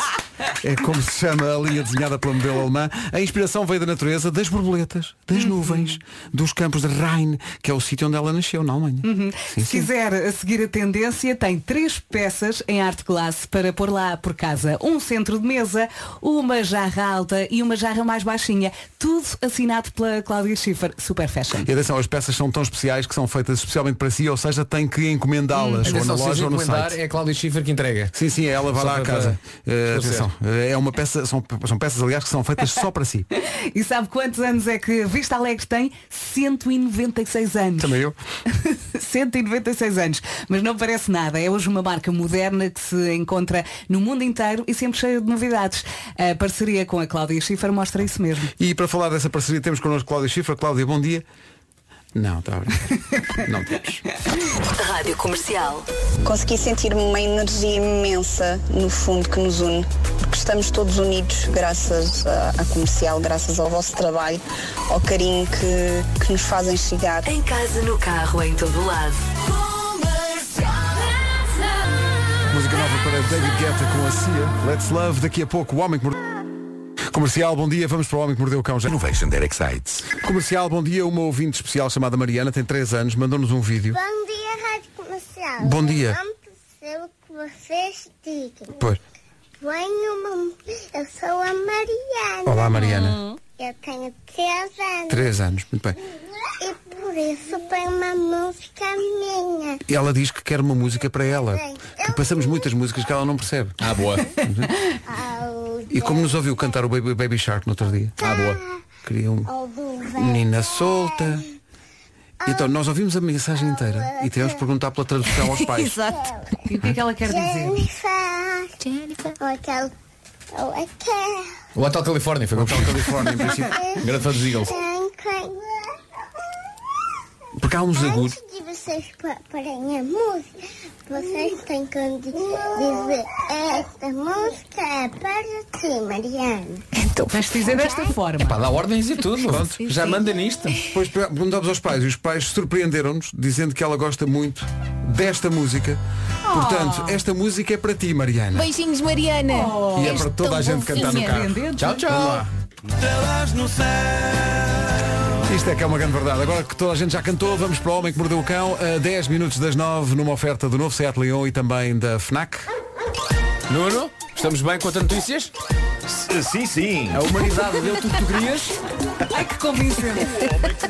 S1: É como se chama a linha desenhada pela modelo alemã. A inspiração veio da natureza, das borboletas,
S8: Uhum.
S1: das nuvens, dos campos de Rhein, que é o sítio onde ela nasceu, na Alemanha.
S3: Uhum.
S1: Sim,
S3: Se quiser a seguir a tendência, tem três peças em arte classe para pôr lá por casa. Um centro de mesa, uma jarra alta e uma jarra mais baixinha. Tudo assinado pela Cláudia Schiffer. Super fashion.
S1: E atenção, as peças são tão especiais que são feitas especialmente para si, ou seja, tem que encomendá-las ou na
S8: Uhum. Atenção, se
S1: loja ou no
S8: encomendar,
S1: site.
S8: É a Cláudia Schiffer que entrega.
S1: Sim, sim, ela vai
S8: Só
S1: lá à
S8: para-
S1: casa. Eh,
S8: esclarecer.
S1: atenção, eh, é uma peça, são, são peças, aliás, que são feitas só para si.
S3: E sabe quantos anos é que Vista Alegre tem? 196 anos.
S1: Também eu.
S3: 196 anos. Mas não parece nada. É hoje uma marca moderna que se encontra no mundo inteiro e sempre cheia de novidades. A parceria com a Cláudia Schiffer mostra isso mesmo.
S1: E para falar dessa parceria temos connosco Cláudia Schiffer. Cláudia, bom dia. Não, está a brincar. Não temos.
S6: Rádio Comercial.
S13: Consegui sentir uma energia imensa no fundo que nos une, porque estamos todos unidos graças à, à comercial, graças ao vosso trabalho, ao carinho que, que nos fazem chegar.
S6: Em casa, no carro, em todo lado.
S1: Música nova para David Guetta com a Cia. Let's Love, daqui a pouco, o Homem que Mordeu. Comercial, bom dia, vamos para o Homem que Mordeu o Cão já. Innovation that excites. Comercial, bom dia, uma ouvinte especial chamada Mariana, tem 3 anos, mandou-nos um vídeo.
S14: Bom dia, Rádio Comercial.
S1: Bom dia.
S14: Eu Não percebo o que vocês digam.
S1: Pois.
S14: Venho, eu sou a Mariana.
S1: Olá, Mariana.
S14: Eu tenho 3 anos.
S1: 3 anos, muito bem.
S14: E por isso tem uma música minha.
S1: E Ela diz que quer uma música para ela. Que passamos muitas músicas que ela não percebe. Ah, boa. E como nos ouviu cantar o Baby, Baby Shark no outro dia? Ah, boa. Queria um. Menina solta. Então, nós ouvimos a mensagem inteira e tivemos que perguntar pela tradução aos pais.
S3: Exato. E o que é que ela quer dizer?
S14: Jennifer. Jennifer. Ou aquele. Ou aquele.
S8: O Hotel Califórnia foi o Hotel Califórnia, em princípio. Grande fã dos Eagles.
S1: Porque há uns agudos.
S14: Antes de vocês pa- parem a música, vocês têm que di- dizer esta música é para ti, Mariana.
S3: Então, vais dizer desta forma.
S8: É pá, dá ordens e tudo.
S1: Pronto.
S8: Já manda nisto.
S1: Depois pe- perguntámos aos pais e os pais surpreenderam-nos dizendo que ela gosta muito desta música. Portanto, esta música é para ti, Mariana.
S4: Beijinhos, Mariana.
S1: e é para toda a gente cantar no carro. Vamos lá.
S4: Estrelas no céu.
S1: E Isto é que é uma grande verdade. Agora que toda a gente já cantou, vamos para o Homem que Mordeu o Cão, a 10 minutos das 9, numa oferta do novo Seat Leon e também da FNAC.
S8: Nuno, estamos bem com as notícias?
S12: Eh, Sim, sim.
S1: É
S8: A humanidade deu tudo o que tu querias?
S3: Ai que convincente.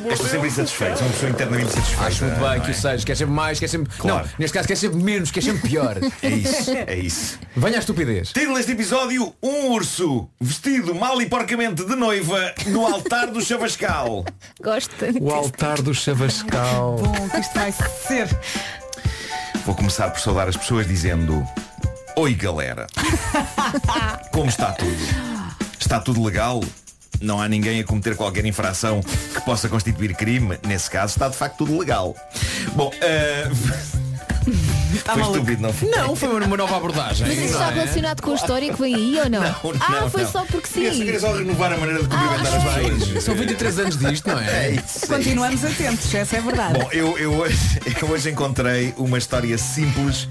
S12: Eu estou sempre insatisfeito, sou uma pessoa internamente insatisfeita.
S8: Acho muito
S12: não
S8: bem
S12: é?
S8: que o sejas, quer sempre mais, quer sempre.
S12: Claro.
S8: Não, neste caso quer sempre menos, quer sempre pior.
S12: É isso, é isso.
S8: Venha à estupidez.
S12: Título deste episódio, um urso vestido mal e porcamente de noiva no altar do Chavascal.
S4: Gosto.
S1: O altar do Chavascal.
S3: Bom, que isto vai ser.
S12: Vou começar por saudar as pessoas dizendo Oi galera Como está tudo? Está tudo legal? Não há ninguém a cometer qualquer infração que possa constituir crime. Nesse caso está de facto tudo legal. Bom, eh,
S4: Tá
S12: foi estúpido, não foi?
S8: Não, foi uma nova abordagem.
S4: Mas isso está relacionado com a história que vem aí ou não? ah,
S12: é? não,
S4: foi
S12: não.
S4: só porque
S12: Eu só
S4: sim. Ah,
S12: queria só renovar a maneira de cumprimentar as pessoas.
S8: São 23 anos disto, não é?
S12: É isso, é isso.
S3: Continuamos atentos, essa é verdade.
S12: Bom, eu, eu, hoje, eu hoje encontrei uma história simples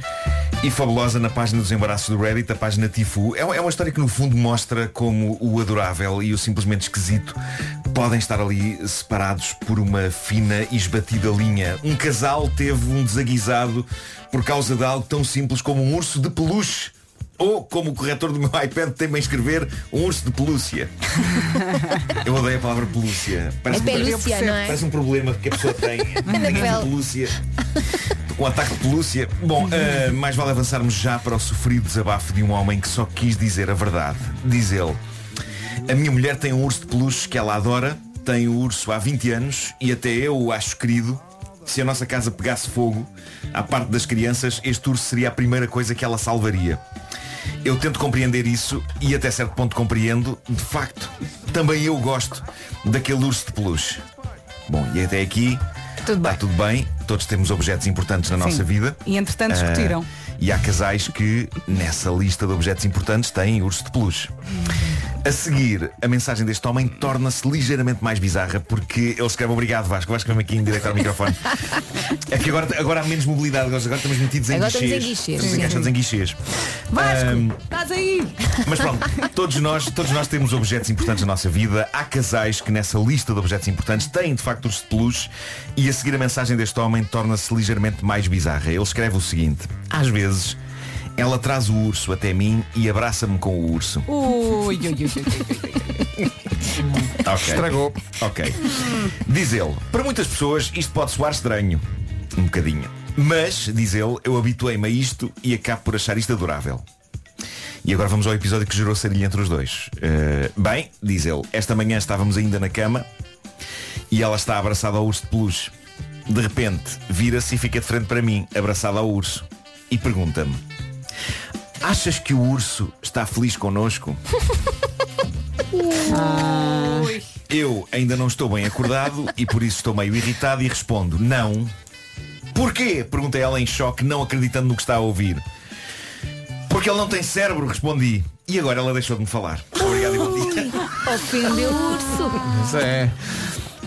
S12: e fabulosa na página dos embaraços do Reddit, a página Tifu. É, uma- é uma história que no fundo mostra como o adorável e o simplesmente esquisito podem estar ali separados por uma fina e esbatida linha. Um casal teve um desaguisado por causa de algo tão simples como um urso de peluche. Ou, como o corretor do meu iPad tem bem escrever, um urso de pelúcia. Eu odeio a palavra pelúcia.
S4: É pelúcia, não é?
S12: Parece um problema que a pessoa tem.
S4: Na
S12: Tem
S4: pele.
S12: pelúcia. Um ataque de pelúcia. Bom, ah, mais vale avançarmos já para o sofrido desabafo de um homem que só quis dizer a verdade. Diz ele. A minha mulher tem um urso de peluche que ela adora, tem o urso há 20 anos e até eu o acho querido. Se a nossa casa pegasse fogo, à parte das crianças, este urso seria a primeira coisa que ela salvaria. Eu tento compreender isso e até certo ponto compreendo. De facto, também eu gosto daquele urso de peluche. Bom, e até aqui
S3: Tudo
S12: está tudo bem. Todos temos objetos importantes na
S3: Sim.
S12: nossa vida.
S3: E entretanto
S12: Ah,
S3: discutiram.
S12: e há casais que, nessa lista de objetos importantes, têm urso de peluche. A seguir, a mensagem deste homem torna-se ligeiramente mais bizarra porque ele escreve obrigado Vasco, Vasco mesmo aqui em direto ao microfone. É que agora, agora há menos mobilidade, agora estamos metidos em
S4: Agora estamos
S12: guichês.
S4: em guichês.
S12: Estamos encaixados em guichês.
S3: Vasco,
S12: Ahm,
S3: estás aí.
S12: mas pronto, todos nós, todos nós temos objetos importantes na nossa vida. Há casais que nessa lista de objetos importantes têm de facto os de peluche e a seguir a mensagem deste homem torna-se ligeiramente mais bizarra. Ele escreve o seguinte: Às vezes ela traz o urso até mim e abraça-me com o urso.
S3: Ui, ui, ui, ui.
S12: Ok.
S1: Estragou.
S12: Ok. Diz ele, para muitas pessoas isto pode soar estranho. Um bocadinho. Mas, diz ele, eu habituei-me a isto e acabo por achar isto adorável. E agora vamos ao episódio que gerou sarilha entre os dois. Eh, bem, diz ele, esta manhã estávamos ainda na cama e ela está abraçada ao urso de peluche. De repente, vira-se e fica de frente para mim, abraçada ao urso, e pergunta-me, achas que o urso está feliz connosco? Eu ainda não estou bem acordado e por isso estou meio irritado e respondo não. Porquê? Pergunta ela em choque, não acreditando no que está a ouvir. Porque ele não tem cérebro, respondi. E agora ela deixou de me falar. Obrigado e bom dia.
S4: Ofendeu o urso.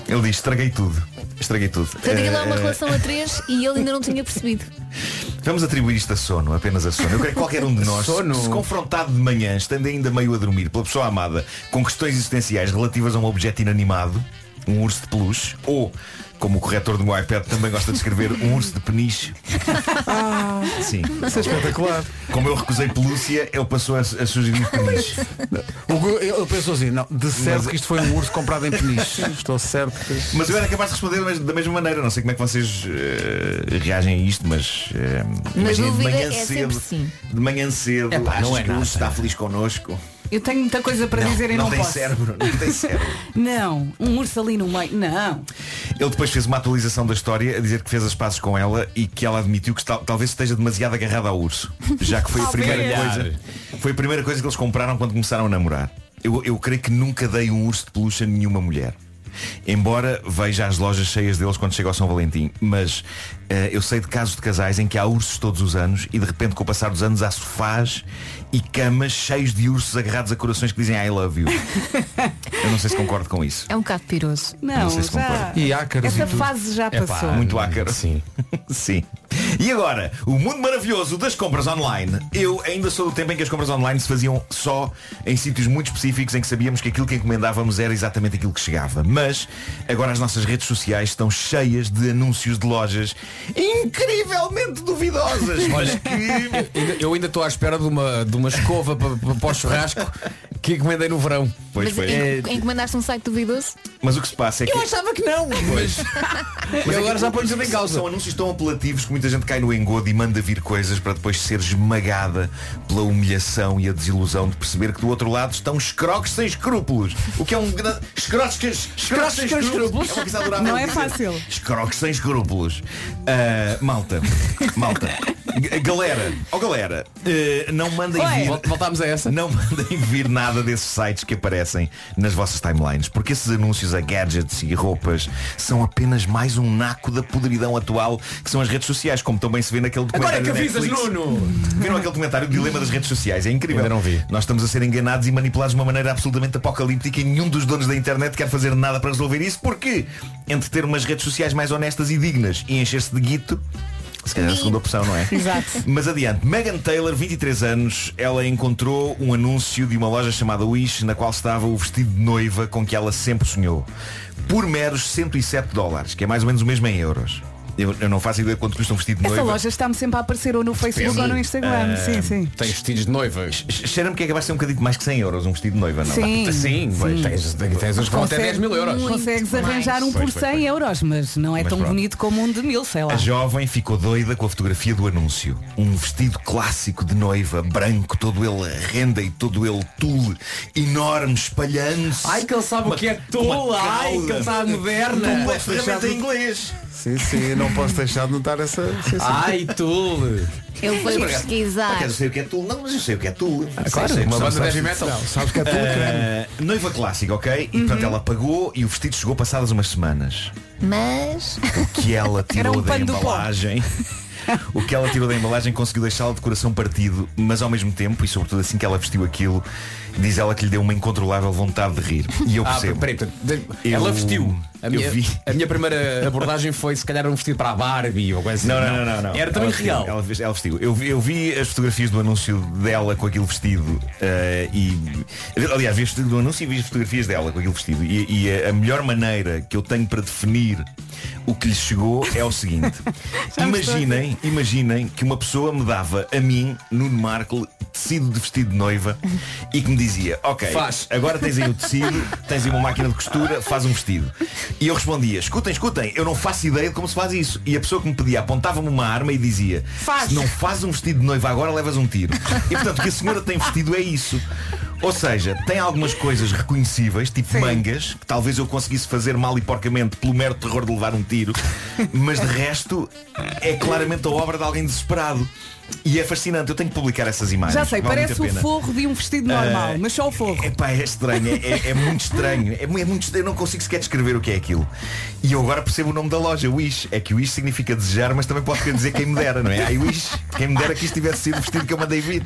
S12: Ele diz, estraguei tudo. Estraguei tudo.
S4: Portanto, aquilo é uma
S12: Eh,
S4: relação a três e ele ainda não tinha percebido.
S12: Vamos atribuir isto a sono, apenas a sono. Eu creio que qualquer um de nós,
S8: Sono.
S12: se confrontado de manhã, estando ainda meio a dormir pela pessoa amada, com questões existenciais relativas a um objeto inanimado, um urso de peluche, ou, como o corretor do meu iPad também gosta de escrever, um urso de peniche. Sim.
S1: Isso é espetacular.
S12: Como eu recusei pelúcia, ele passou a, a sugerir peniche.
S1: O Gu- Ele pensou assim, não, de certo que isto foi um urso comprado em Peniche. Estou certo que...
S12: Mas eu era capaz de responder mas- da mesma maneira. Não sei como é que vocês eh, reagem a isto, mas eh, imaginem de
S4: dúvida
S12: manhã
S4: é sempre
S12: cedo.
S4: sim.
S12: De manhã cedo,
S8: Epá,
S12: achas
S8: não é
S12: que o
S8: nada.
S12: urso está feliz connosco.
S3: Eu tenho muita coisa para dizer e não,
S12: tem
S3: posso.
S12: cérebro, não tem cérebro.
S3: Não, um urso ali no meio. Não.
S12: Ele depois fez uma atualização da história a dizer que fez as pazes com ela e que ela admitiu que tal- talvez esteja demasiado agarrada ao urso, já que foi a primeira
S8: Talvez.
S12: coisa. Foi a primeira coisa que eles compraram quando começaram a namorar. Eu, eu creio que nunca dei um urso de peluche a nenhuma mulher. Embora veja as lojas cheias deles quando chega ao São Valentim, mas eh, eu sei de casos de casais em que há ursos todos os anos e de repente com o passar dos anos há sofás e camas cheios de ursos agarrados a corações que dizem I love you. eu não sei se concordo com isso.
S4: É um bocado piroso.
S3: Não,
S12: sei se
S3: já.
S12: concordo.
S1: E ácaros
S3: Essa
S1: e tudo.
S3: fase já
S12: Epá,
S3: passou.
S12: muito ácaro. Sim. Sim. E agora, o mundo maravilhoso das compras online. Eu ainda sou do tempo em que as compras online se faziam só em sítios muito específicos em que sabíamos que aquilo que encomendávamos era exatamente aquilo que chegava. Mas agora as nossas redes sociais estão cheias de anúncios de lojas incrivelmente duvidosas. mas que
S8: Ainda- Eu ainda estou à espera de uma, de uma escova para, para, o churrasco que encomendei no verão.
S12: Pois
S4: Mas
S12: foi. É
S4: en- encomendaste um site duvidoso?
S12: Mas o que se passa é que.
S4: achava que não!
S12: Pois. Mas é que
S8: já põe tudo em
S12: são-
S8: causa.
S12: São anúncios tão apelativos que muita gente cai no engodo e manda vir coisas para depois ser esmagada pela humilhação e a desilusão de perceber que do outro lado estão escroques sem escrúpulos. O que é um grande. Escroques que- escroques sem escrúpulos. É uma coisa adorável
S3: Não é
S12: dizer.
S3: fácil.
S12: Escroques sem escrúpulos. Ah, malta. Malta. G- Galera, ó galera, eh, não mandem
S8: Ué.
S12: vir.
S8: Vol-
S12: Voltámos a essa. Não mandem vir nada desses sites que aparecem nas vossas timelines, porque esses anúncios a gadgets e roupas são apenas mais um naco da podridão atual que são as redes sociais, como também se vê naquele documentário. da Netflix. Viram aquele documentário O Dilema das Redes Sociais? É incrível.
S8: Ainda não vi.
S12: Nós estamos a ser enganados e manipulados de uma maneira absolutamente apocalíptica e nenhum dos donos da internet quer fazer nada para resolver isso porque entre ter umas redes sociais mais honestas e dignas e encher-se de guito, se calhar é a segunda opção, não é?
S15: Exato.
S12: Mas adiante, Megan Taylor, 23 anos, ela encontrou um anúncio de uma loja chamada Wish na qual estava o vestido de noiva com que ela sempre sonhou. Por meros 107 dólares, que é mais ou menos o mesmo em euros. Eu, eu não faço ideia quanto custa um vestido de
S3: Essa
S12: noiva.
S3: loja está-me sempre a aparecer ou no Facebook ou no Instagram.
S12: Ah,
S3: sim, sim.
S12: Tens vestidos de noiva. Cheira-me que é capaz de ser um bocadinho mais que 100 euros um vestido de noiva, não?
S3: Sim.
S12: Sim, pois, Tens, tens uns com até 10 mil euros.
S3: Consegues arranjar um
S12: Pois,
S3: por
S12: pois,
S3: 100 euros, mas não é
S12: Mas
S3: tão
S12: pronto.
S3: bonito como um de mil, sei lá.
S12: A jovem ficou doida com a fotografia do anúncio. Um vestido clássico de noiva, branco, todo ele renda e todo ele tule, enorme, espalhando-se.
S10: Ai, que ele sabe o que é tule, ai, que ele sabe a moderna.
S12: Tule é
S10: Posso deixar
S12: ferramenta
S10: de-
S12: em inglês.
S1: Sim, sim, não posso deixar de notar essa. Sim, sim.
S12: Ai,
S8: tule.
S4: Ele foi
S12: Mas, por acaso, por
S4: pesquisar.
S12: acaso, eu sei o que é tule, não, mas eu sei o que é tule.
S8: Ah, claro,
S12: Sei, sei,
S8: uma
S12: sabes-
S8: banda de
S12: sabes-
S8: heavy metal.
S12: Não,
S1: sabes que é tule,
S12: Ah,
S1: creme.
S12: Noiva clássica, ok? E portanto ela pagou e o vestido chegou passadas umas semanas.
S4: Mas.
S12: O que ela
S4: Era
S12: tirou
S4: um
S12: da
S4: pano do pó.
S12: embalagem. O que ela tirou da embalagem conseguiu deixá-la de coração partido, mas ao mesmo tempo, e sobretudo assim que ela vestiu aquilo, diz ela que lhe deu uma incontrolável vontade de rir. E eu
S8: Ah,
S12: percebo.
S8: peraí, portanto, de-
S12: Eu-
S8: Ela vestiu. A
S12: eu
S8: minha,
S12: vi.
S8: a minha primeira abordagem foi se calhar um vestido para a Barbie ou coisa assim.
S12: Não, não, não, não, não.
S8: Era
S12: Ela
S8: também
S12: vestiu,
S8: real.
S12: Ela, vestiu- ela vestiu. Eu vi, eu vi as fotografias do anúncio dela com aquele vestido eh, e. Aliás, vi o do anúncio e vi as fotografias dela com aquele vestido. E, e a, a melhor maneira que eu tenho para definir o que lhe chegou é o seguinte. imaginem, imaginem que uma pessoa me dava a mim, Nuno Marco, tecido de vestido de noiva e que me dizia, ok,
S8: Faz.
S12: agora tens aí o tecido, tens aí uma máquina de costura, faz um vestido. E eu respondia, escutem, escutem, eu não faço ideia de como se faz isso. E a pessoa que me pedia apontava-me uma arma e dizia,
S15: Faz.
S12: se não fazes um vestido de noiva agora, levas um tiro. E portanto, o que a senhora tem vestido é isso. Ou seja, tem algumas coisas reconhecíveis, tipo mangas, que talvez eu conseguisse fazer mal e porcamente pelo mero terror de levar um tiro, mas de resto é claramente a obra de alguém desesperado. E é fascinante, eu tenho que publicar essas imagens.
S3: Já sei,
S12: vale muito a
S3: parece o
S12: pena.
S3: forro de um vestido normal,
S12: Ah,
S3: mas só o forro.
S12: Epá, é estranho, é, é- é muito estranho. É, mu- é muito estranho, eu não consigo sequer descrever o que é aquilo. E eu agora percebo o nome da loja, Wish. É que Wish significa desejar, mas também pode querer dizer quem me dera, não é? Ai Wish, quem me dera que isto tivesse sido o vestido que eu mandei vir.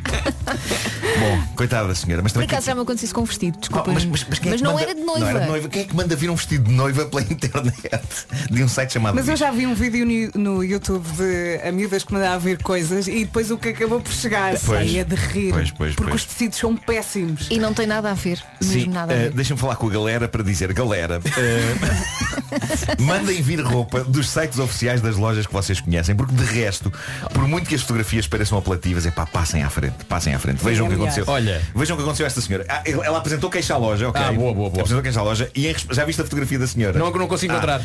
S12: Bom, coitada da senhora, mas
S4: Por
S12: também.
S4: acaso já me aconteceu isso com um vestido, desculpa.
S12: Oh, mas- mas- mas quem é que
S4: não
S12: manda-
S4: era de
S12: não era de noiva. Quem é que manda vir um vestido de noiva pela internet de um site chamado
S3: Mas eu
S12: Wish?
S3: já vi um vídeo ni- no YouTube de amigas que mandavam ver coisas e depois o que acabou por chegar
S12: Pois.
S3: saía de rir.
S12: Pois, pois,
S3: porque
S12: pois.
S3: os tecidos são péssimos.
S4: E não tem nada a ver.
S12: Sim,
S4: Mesmo nada a
S12: eh,
S4: ver.
S12: deixa-me falar com a galera para dizer, galera, eh, mandem vir roupa dos sites oficiais das lojas que vocês conhecem, porque de resto, por muito que as fotografias pareçam apelativas, é pá, passem à frente, passem à frente. Vejam o que
S8: Aliás.
S12: aconteceu.
S8: Olha.
S12: Vejam o que aconteceu a esta senhora. Ah, ela apresentou queixa à loja, ok.
S8: Ah, boa, boa, boa.
S12: Apresentou queixa à loja e em resp- já viste a fotografia da senhora?
S8: Não, que não consigo
S12: Ah,
S8: encontrar.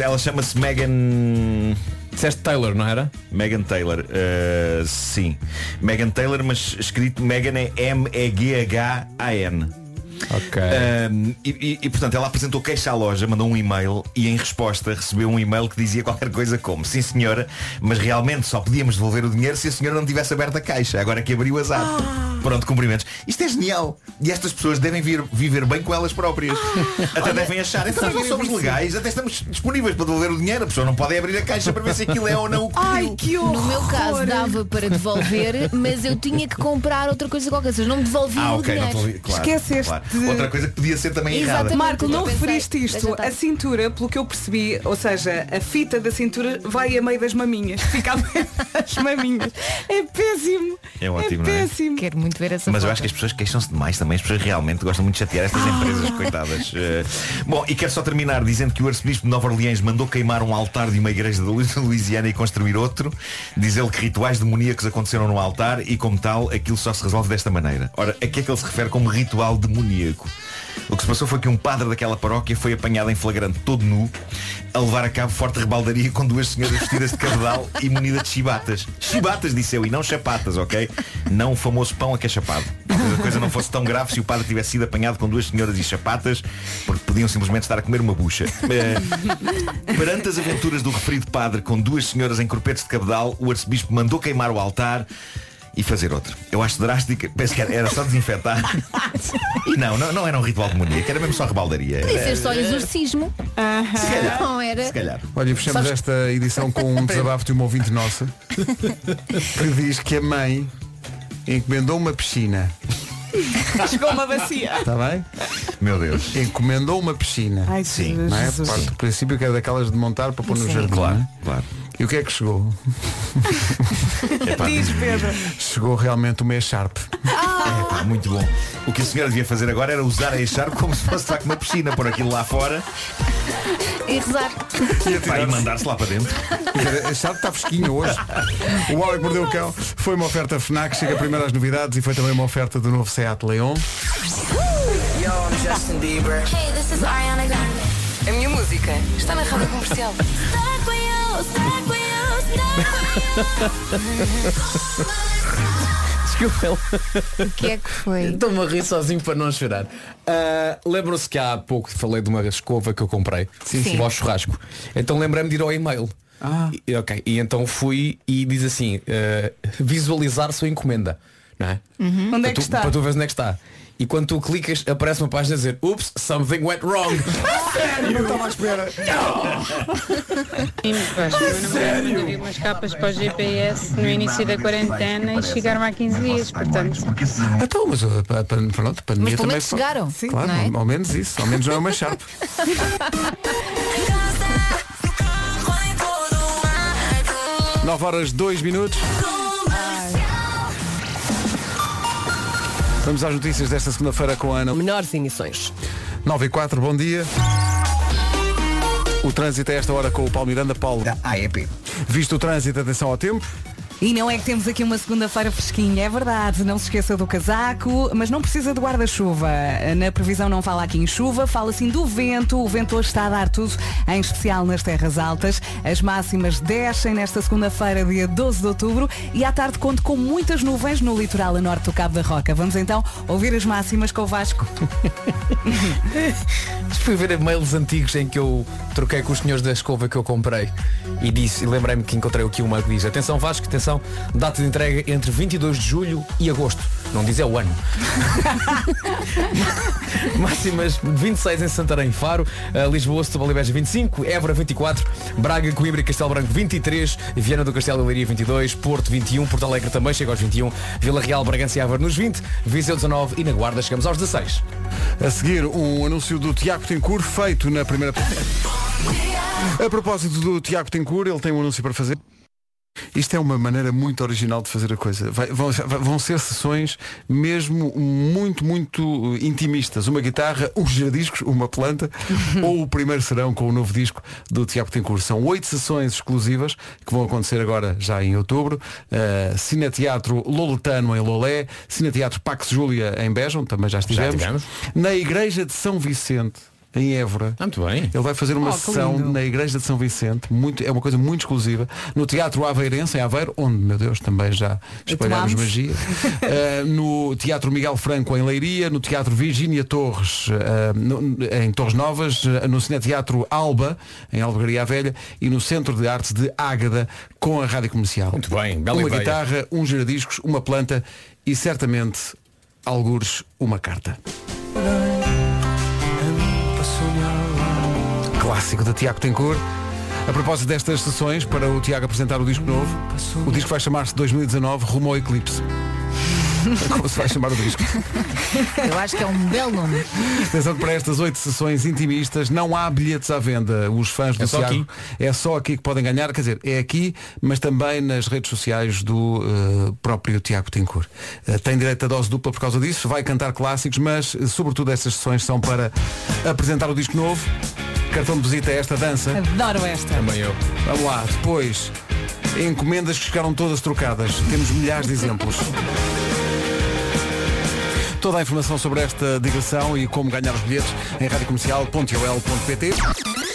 S12: Ela chama-se Megan.
S8: Disseste Taylor, não era?
S12: Megan Taylor, eh, sim. Megan Taylor, mas escrito Megan é M-E-G-H-A-N.
S8: Ok.
S12: e, e- e, portanto ela apresentou queixa à loja, mandou um e-mail e em resposta recebeu um e-mail que dizia qualquer coisa como Sim senhora, mas realmente só podíamos devolver o dinheiro se a senhora não tivesse aberto a caixa Agora é que abriu as aspas Pronto, cumprimentos. Isto é genial. E estas pessoas devem vir, viver bem com elas próprias. até
S13: olha,
S12: devem achar.
S13: só
S12: Então nós não
S13: queria
S12: somos
S13: dizer.
S12: legais, até estamos disponíveis para devolver o dinheiro. A pessoa não pode abrir a caixa para ver se aquilo é ou não o que
S4: Ai,
S12: pediu.
S4: que No meu caso dava para devolver, mas eu tinha que comprar outra coisa qualquer, vocês não me devolviam
S12: Ah,
S4: o
S12: ok, não
S4: dinheiro.
S12: estou claro, claro.
S3: de-
S12: Outra coisa que podia ser também errada.
S3: Marco, não
S4: Eu pensei,
S3: referiste isto. A cintura, pelo que eu percebi, ou seja, a fita da cintura vai a meio das maminhas. Fica a meio das maminhas. É péssimo.
S12: É ótimo, não é?
S3: péssimo.
S4: Quero muito ver essa
S12: Mas eu
S4: foto.
S12: acho que as pessoas queixam-se demais também. As pessoas realmente gostam muito de chatear estas empresas, coitadas. Eh, bom, e quero só terminar dizendo que o arcebispo de Nova Orleans mandou queimar um altar de uma igreja da Lu- Louisiana e construir outro. Diz ele que rituais demoníacos aconteceram no altar e, como tal, aquilo só se resolve desta maneira. Ora, a que é que ele se refere como ritual demoníaco? O que se passou foi que um padre daquela paróquia foi apanhado em flagrante todo nu a levar a cabo forte rebaldaria com duas senhoras vestidas de cabedal e munidas de chibatas. Chibatas, disse eu, e não chapatas, ok? Não o famoso pão a que é chapado. Talvez a coisa não fosse tão grave se o padre tivesse sido apanhado com duas senhoras e chapatas, porque podiam simplesmente estar a comer uma bucha. Eh, Perante as aventuras do referido padre com duas senhoras em corpetes de cabedal, o arcebispo mandou queimar o altar e fazer outro. Eu acho drástico, penso que era- era só desinfetar. E não, não, não era um ritual demoníaco, era mesmo só rebaldaria.
S4: Podia ser
S12: Era-
S4: é só exorcismo.
S12: Se calhar.
S4: Não era.
S12: Se calhar.
S1: Olha, e fechamos
S12: Sabes-
S1: esta edição com um desabafo de uma ouvinte nossa que diz que a mãe encomendou uma piscina.
S3: Chegou é uma bacia.
S1: Está bem?
S12: Meu Deus.
S1: Encomendou uma piscina.
S3: Ai, Sim. Jesus.
S1: Não é? Parte do princípio que é daquelas de montar para pôr no
S3: Sim.
S1: jardim.
S12: Claro,
S1: não é?
S12: claro.
S1: E o que é que chegou?
S12: Diz, Pedro.
S1: Chegou realmente uma E-Sharp.
S12: É, pá, muito bom. O que a senhora devia fazer agora era usar a eixar como se fosse de facto uma piscina, pôr aquilo lá fora
S4: E rezar.
S12: pá, e mandar-se lá para dentro.
S1: A E-Sharp está fresquinho hoje. O Homem que Mordeu o Cão foi uma oferta FNAC, chega primeiro às novidades e foi também uma oferta do novo Seat
S13: Yo,
S1: Leon.
S13: I'm Justin Bieber.
S15: Hey, this is Ariana Grande. A minha música está na rádio comercial. Stuck with you, stuck with you, stuck with
S8: Desculpa. O
S4: que é que foi?
S8: Estou-me a rir sozinho para não chorar. Ah, Lembram-se que há pouco falei de uma escova que eu comprei
S13: Sim, sim.
S8: para o churrasco. Então lembrei-me de ir ao e-mail. E, ok, e então fui e diz assim, ah, visualizar sua encomenda. Não é?
S3: Uhum. Onde é
S8: para
S3: que
S8: tu,
S3: está?
S8: Para tu veres onde é que está. E quando tu clicas, aparece uma página a dizer Oops, something went wrong.
S13: Sério? Não estava à espera.
S16: Sério? Havia umas capas para o GPS no início da quarentena e chegaram há 15 dias, portanto.
S1: Então, mas uh, pa- pa- pronto, pandemia
S16: Mas pelo
S1: também
S16: menos
S1: foi-
S16: chegaram. Sim,
S1: claro,
S16: não é?
S1: ao menos isso, ao menos não é uma Sharp.
S15: you.
S1: 9 horas 2 minutos. Vamos às notícias desta segunda-feira com a Ana.
S17: Menores emissões.
S1: 9 e 4, bom dia. O trânsito é a esta hora com o Paulo Miranda Paulo. Da
S18: AEP.
S1: Visto o trânsito, atenção ao tempo.
S3: E não é que temos aqui uma segunda-feira fresquinha, é verdade. Não se esqueça do casaco, mas não precisa de guarda-chuva. Na previsão não fala aqui em chuva, fala assim do vento. O vento hoje está a dar tudo, em especial nas terras altas. As máximas descem nesta segunda-feira, dia 12 de outubro, e à tarde conto com muitas nuvens no litoral a norte do Cabo da Roca. Vamos então ouvir as máximas com o Vasco.
S8: Fui ver e-mails antigos em que eu troquei com os senhores da escova que eu comprei e disse, e lembrei-me que encontrei aqui uma que diz Atenção Vasco, atenção, data de entrega entre 22 de julho e agosto Não diz é o ano Máximas 26 em Santarém, Faro eh, Lisboa, Setúbal e Beja 25 Évora 24 Braga, Coimbra e Castelo Branco 23 Viana do Castelo e Leiria 22 Porto 21 Porto Alegre também chega aos 21 Vila Real, Bragança e Évora nos 20 Viseu 19 e na Guarda chegamos aos 16
S1: A seguir, um anúncio do Tiago Tencourt feito na primeira. A propósito do Tiago Tencourt, ele tem um anúncio para fazer. Isto é uma maneira muito original de fazer a coisa. Vai- vão, vão ser sessões mesmo muito, muito eh, intimistas. Uma guitarra, uns giradiscos, uma planta, ou o primeiro serão com o novo disco do Tiago Tencourt. São oito sessões exclusivas que vão acontecer agora já em outubro. Eh, Cineteatro Loletano em Lolé, Cineteatro Pax Júlia em Beja, onde também já estivemos. Na Igreja de São Vicente, em Évora.
S8: Muito bem.
S1: Ele vai fazer uma
S8: Oh, que
S1: sessão
S8: lindo.
S1: na Igreja de São Vicente, muito, é uma coisa muito exclusiva, no Teatro Aveirense, em Aveiro, onde, meu Deus, também já espalhámos
S13: Tomámos.
S1: magia, Eh, no Teatro Miguel Franco, em Leiria, no Teatro Virgínia Torres, eh, no- em Torres Novas, eh, no Cineteatro Alba, em Albergaria Velha, e no Centro de Artes de Ágada, com a Rádio Comercial. Muito
S8: bem,
S1: um Uma guitarra, uns giradiscos, uma planta e certamente, algures, uma carta. Clássico de Tiago Tencourt. A propósito destas sessões, para o Tiago apresentar o disco novo, o disco vai chamar-se 2019 Rumo ao Eclipse. É Como se vai chamar o disco?
S4: Eu acho que é um belo nome.
S1: Atenção que para estas oito sessões intimistas não há bilhetes à venda. Os fãs do
S8: É só
S1: Tiago
S8: aqui?
S1: é só aqui que podem ganhar, quer dizer, é aqui, mas também nas redes sociais do eh, próprio Tiago Tencourt. Eh, tem direito a dose dupla por causa disso, vai cantar clássicos, mas eh, sobretudo estas sessões são para apresentar o disco novo. Cartão de visita a esta dança.
S3: Adoro esta.
S1: Também eu. Vamos lá, depois, encomendas que ficaram todas trocadas. Temos milhares de exemplos. Toda a informação sobre esta digressão e como ganhar os bilhetes em radiocomercial.ol.pt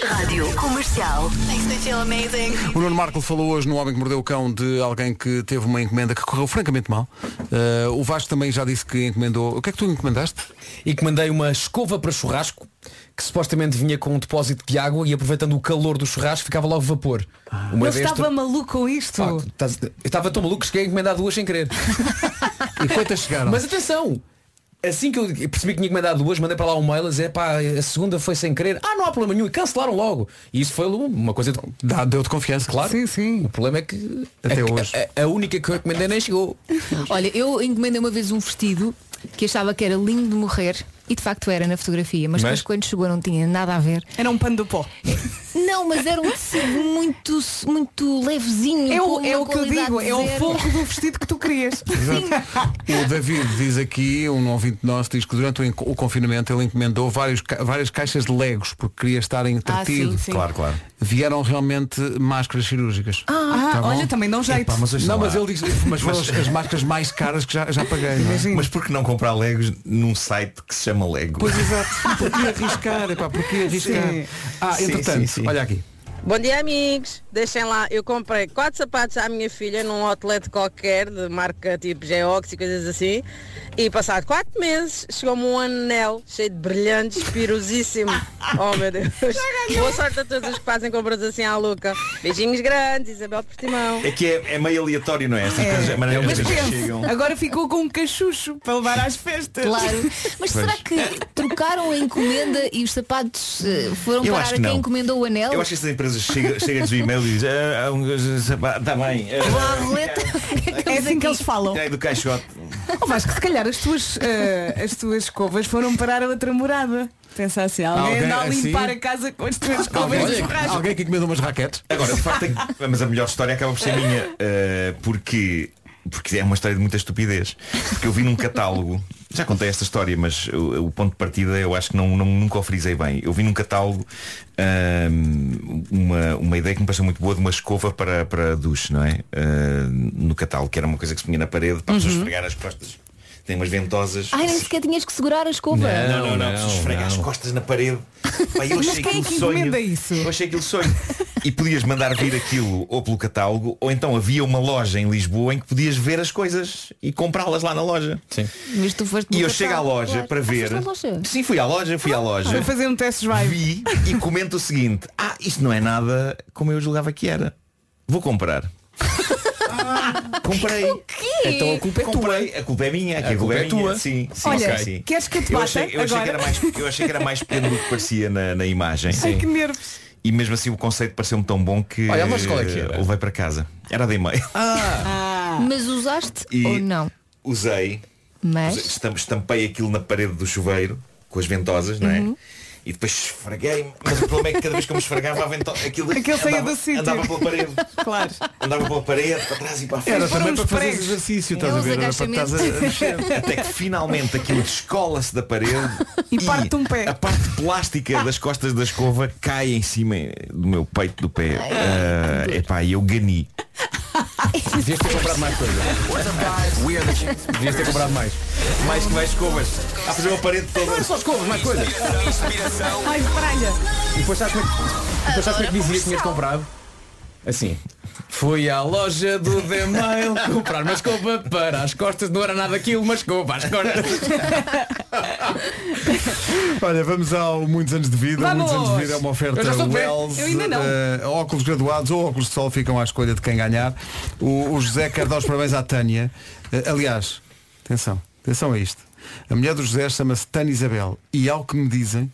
S6: Rádio Comercial. Makes me feel amazing.
S1: O Nuno Marco falou hoje no Homem que Mordeu o Cão de alguém que teve uma encomenda que correu francamente mal. Eh, o Vasco também já disse que encomendou. O que é que tu encomendaste?
S8: Encomendei uma escova para churrasco que supostamente vinha com um depósito de água e aproveitando o calor do churrasco ficava logo vapor. Uma
S3: Eu
S8: vez
S3: estava maluco com isto.
S8: Ah, estás- eu estava tão maluco que cheguei a encomendar duas sem querer.
S1: e quantas chegaram?
S8: Mas atenção! Assim que eu percebi que tinha encomendado duas, mandei para lá um mail a dizer, pá, a segunda foi sem querer. Ah, não há problema nenhum. E cancelaram logo. E isso foi uma coisa de...
S1: Deu-te confiança, claro.
S8: Sim, sim. O problema é que... Até hoje. A, a única que eu encomendei nem chegou.
S4: Olha, eu encomendei uma vez um vestido que achava que era lindo de morrer e de facto era na fotografia, mas,
S8: Mas?
S4: depois quando chegou não tinha nada a ver.
S3: Era um pano do pó.
S4: Não, mas era um tecido muito, muito levezinho.
S3: É o-
S4: com uma
S3: é o que eu
S4: qualidade
S3: digo, é o
S4: zero.
S3: forro do vestido que tu querias.
S1: O David diz aqui, um ouvinte nosso, diz que durante o, enco- o confinamento ele encomendou vários ca- várias caixas de legos porque queria estar entretido.
S3: Ah, sim, sim. Claro,
S1: claro. Vieram realmente máscaras cirúrgicas.
S3: Ah,
S1: Tá bom?
S3: olha, também dá um jeito.
S12: Epá, mas hoje
S1: não,
S12: não
S1: mas
S12: há.
S1: ele diz, mas foram
S12: Mas-
S1: as máscaras mais caras que já, já paguei. não é?
S12: Mas por que não comprar Legos num site que se chama Lego?
S1: Pois exato, porquê arriscar? Epá, porquê arriscar?
S12: Sim.
S1: Ah,
S12: Sim,
S1: entretanto,
S12: sim, sim.
S1: olha aqui.
S16: Bom dia, amigos. Deixem lá, eu comprei quatro sapatos à minha filha num outlet qualquer de marca tipo Geox e coisas assim. E passado quatro meses chegou-me um anel cheio de brilhantes, pirosíssimo. Oh meu Deus. Boa sorte a todos os que fazem compras assim à louca. Beijinhos grandes, Isabel Portimão.
S12: É que é, é meio aleatório, não é? Estas coisas, a maneira
S3: Mas
S12: como as coisas chegam.
S3: pense, agora ficou com um cachucho para levar às festas.
S4: Claro. Mas será que trocaram a encomenda e os sapatos eh, foram
S12: Eu
S4: parar
S12: acho
S4: a
S12: que
S4: quem
S12: não.
S4: encomendou o anel?
S12: Eu acho que estas empresas chegam chega o e-mail e dizem, ah, há um está bem.
S4: Vá à
S12: ah,
S4: roleta.
S3: É assim que eles falam.
S12: é do caixote.
S3: Oh, Vasco, se calhar as tuas, eh, as tuas escovas foram parar a outra morada. Pensa assim, alguém
S12: Alguém
S3: anda a
S12: assim?
S3: limpar a casa com as tuas escovas de churrasco.
S1: Alguém que encomendou umas raquetes?
S12: Agora, de facto, é- mas a melhor história acaba por ser minha. eh, porque, porque é uma história de muita estupidez. Porque eu vi num catálogo, já contei esta história, mas o, o ponto de partida eu acho que não, não- nunca o frisei bem. Eu vi num catálogo ahm, uma, uma ideia que me pareceu muito boa de uma escova para, para duche, não é? Eh, no catálogo, que era uma coisa que se punha na parede para as pessoas
S4: Uhum. Ah,
S12: esfregar as costas. Tem umas ventosas.
S4: Ai, nem sequer tinhas que segurar a escova.
S12: Ah, Não, não, não, preciso esfregar as costas na parede. Pá, eu
S4: Mas
S12: achei
S4: quem é
S12: aquilo um
S4: que
S12: sonho.
S4: encomenda
S3: isso?
S12: Eu achei aquilo um sonho. E podias mandar vir aquilo ou pelo catálogo, ou então havia uma loja em Lisboa em que podias ver as coisas e comprá-las lá na loja.
S4: Mas tu foste
S12: E
S4: no
S12: eu chego à
S4: catálogo,
S12: loja
S4: claro.
S12: para
S4: Ah,
S12: ver.
S4: foste à loja?
S12: Sim, fui à loja,
S4: Ah.
S12: fui à loja.
S3: Foi fazer um test drive.
S12: Vi e comento o seguinte, ah, isto não é nada como eu julgava que era. Vou comprar.
S3: Ah.
S12: Comprei.
S3: Então a culpa é tua.
S12: Comprei. A culpa é minha, que a, culpa é, minha.
S8: tua.
S12: Sim, sim,
S3: Olha,
S12: sim, sim.
S3: queres que eu te
S12: eu
S3: bata
S12: achei, eu achei que
S3: agora?
S12: era mais, eu achei que era mais pequeno do que parecia na, na imagem.
S3: Ai, que nervos.
S12: E mesmo assim o conceito pareceu-me tão bom que
S8: Olha, mas qual é que era?
S12: eh, o levei para casa. Era de e-mail.
S3: Ah.
S4: Mas usaste
S12: E-
S4: ou não?
S12: Usei,
S4: Mas.
S12: estam- estampei aquilo na parede do chuveiro, com as ventosas, não é?
S1: Uhum.
S12: E depois esfreguei, mas o problema é que cada vez que eu me esfregava a vento... aquilo,
S3: Aquele saía
S12: andava,
S3: do sítio.
S12: andava pela parede,
S3: Claro.
S12: andava pela parede, para trás e para a frente.
S1: Era também para fazer exercício, estás
S12: É
S1: a
S12: uns
S1: ver? Era para estás a
S12: agachamentos.
S1: mexer.
S12: Até que finalmente aquilo descola-se da parede
S3: E parte um pé.
S12: a parte
S1: Ah.
S12: plástica das costas da escova cai em cima do meu peito do pé. Ah, epá, e eu gani.
S8: Devias ter comprado mais coisas. Devias ter comprado mais.
S12: Mais que mais escovas. A fazer uma parede toda.
S8: Não é só escovas, mais coisas.
S3: Ai, espalha.
S8: E depois sabes como é que, depois sabes como é que dizia que tinhas comprado? Assim. Fui à loja do The Mail comprar uma escova para as costas. Não era nada aquilo, mas escova às costas.
S1: Olha, vamos ao Muitos Anos de Vida.
S8: Vamos!
S1: Muitos Anos de Vida é uma oferta
S8: Eu já sou pé.
S1: Wells.
S8: Eu ainda não.
S1: eh, óculos graduados ou óculos de sol ficam à escolha de quem ganhar. O, o José quer dar os parabéns à Tânia. Eh, aliás, Atenção, atenção a isto. A mulher do José chama-se Tana Isabel e ao que me dizem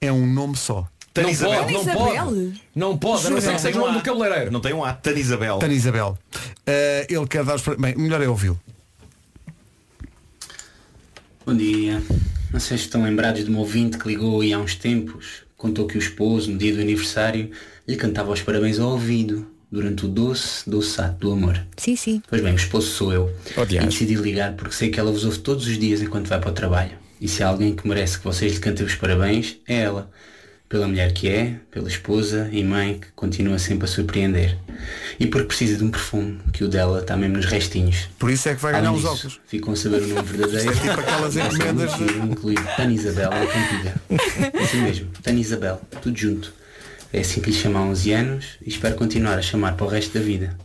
S1: é um nome só.
S12: Tana
S1: Não
S12: Isabel.
S1: pode,
S12: não pode.
S8: Não
S1: pode, a não ser que seja o nome do
S12: cabeleireiro. Não tem um A. Tana Isabel.
S1: Tana Isabel. Eh, ele quer dar os pra- Bem, melhor é ouvi-lo.
S19: Bom dia. Não sei se estão lembrados de um ouvinte que ligou aí há uns tempos. Contou que o esposo, no dia do aniversário, lhe cantava os parabéns ao ouvido durante o doce, doce ato do amor.
S20: Sim, sim.
S19: Pois bem, o esposo sou eu. e decidi ligar porque sei que ela vos ouve todos os dias enquanto vai para o trabalho. E se há alguém que merece que vocês lhe cantem os parabéns, é ela. Pela mulher que é, pela esposa e mãe que continua sempre a surpreender. E porque precisa de um perfume, que o dela está mesmo nos restinhos.
S1: Por isso é que vai ganhar os óculos.
S19: Ficam a saber o nome verdadeiro. um
S1: Isto é tipo aquelas
S19: Vai ser
S1: encomendas
S19: muito
S1: de-
S19: giro, incluído Tana Isabel na cantiga. Isso mesmo, Tana Isabel, tudo junto. É assim que lhe chamo há 11 anos e espero continuar a chamar para o resto da vida.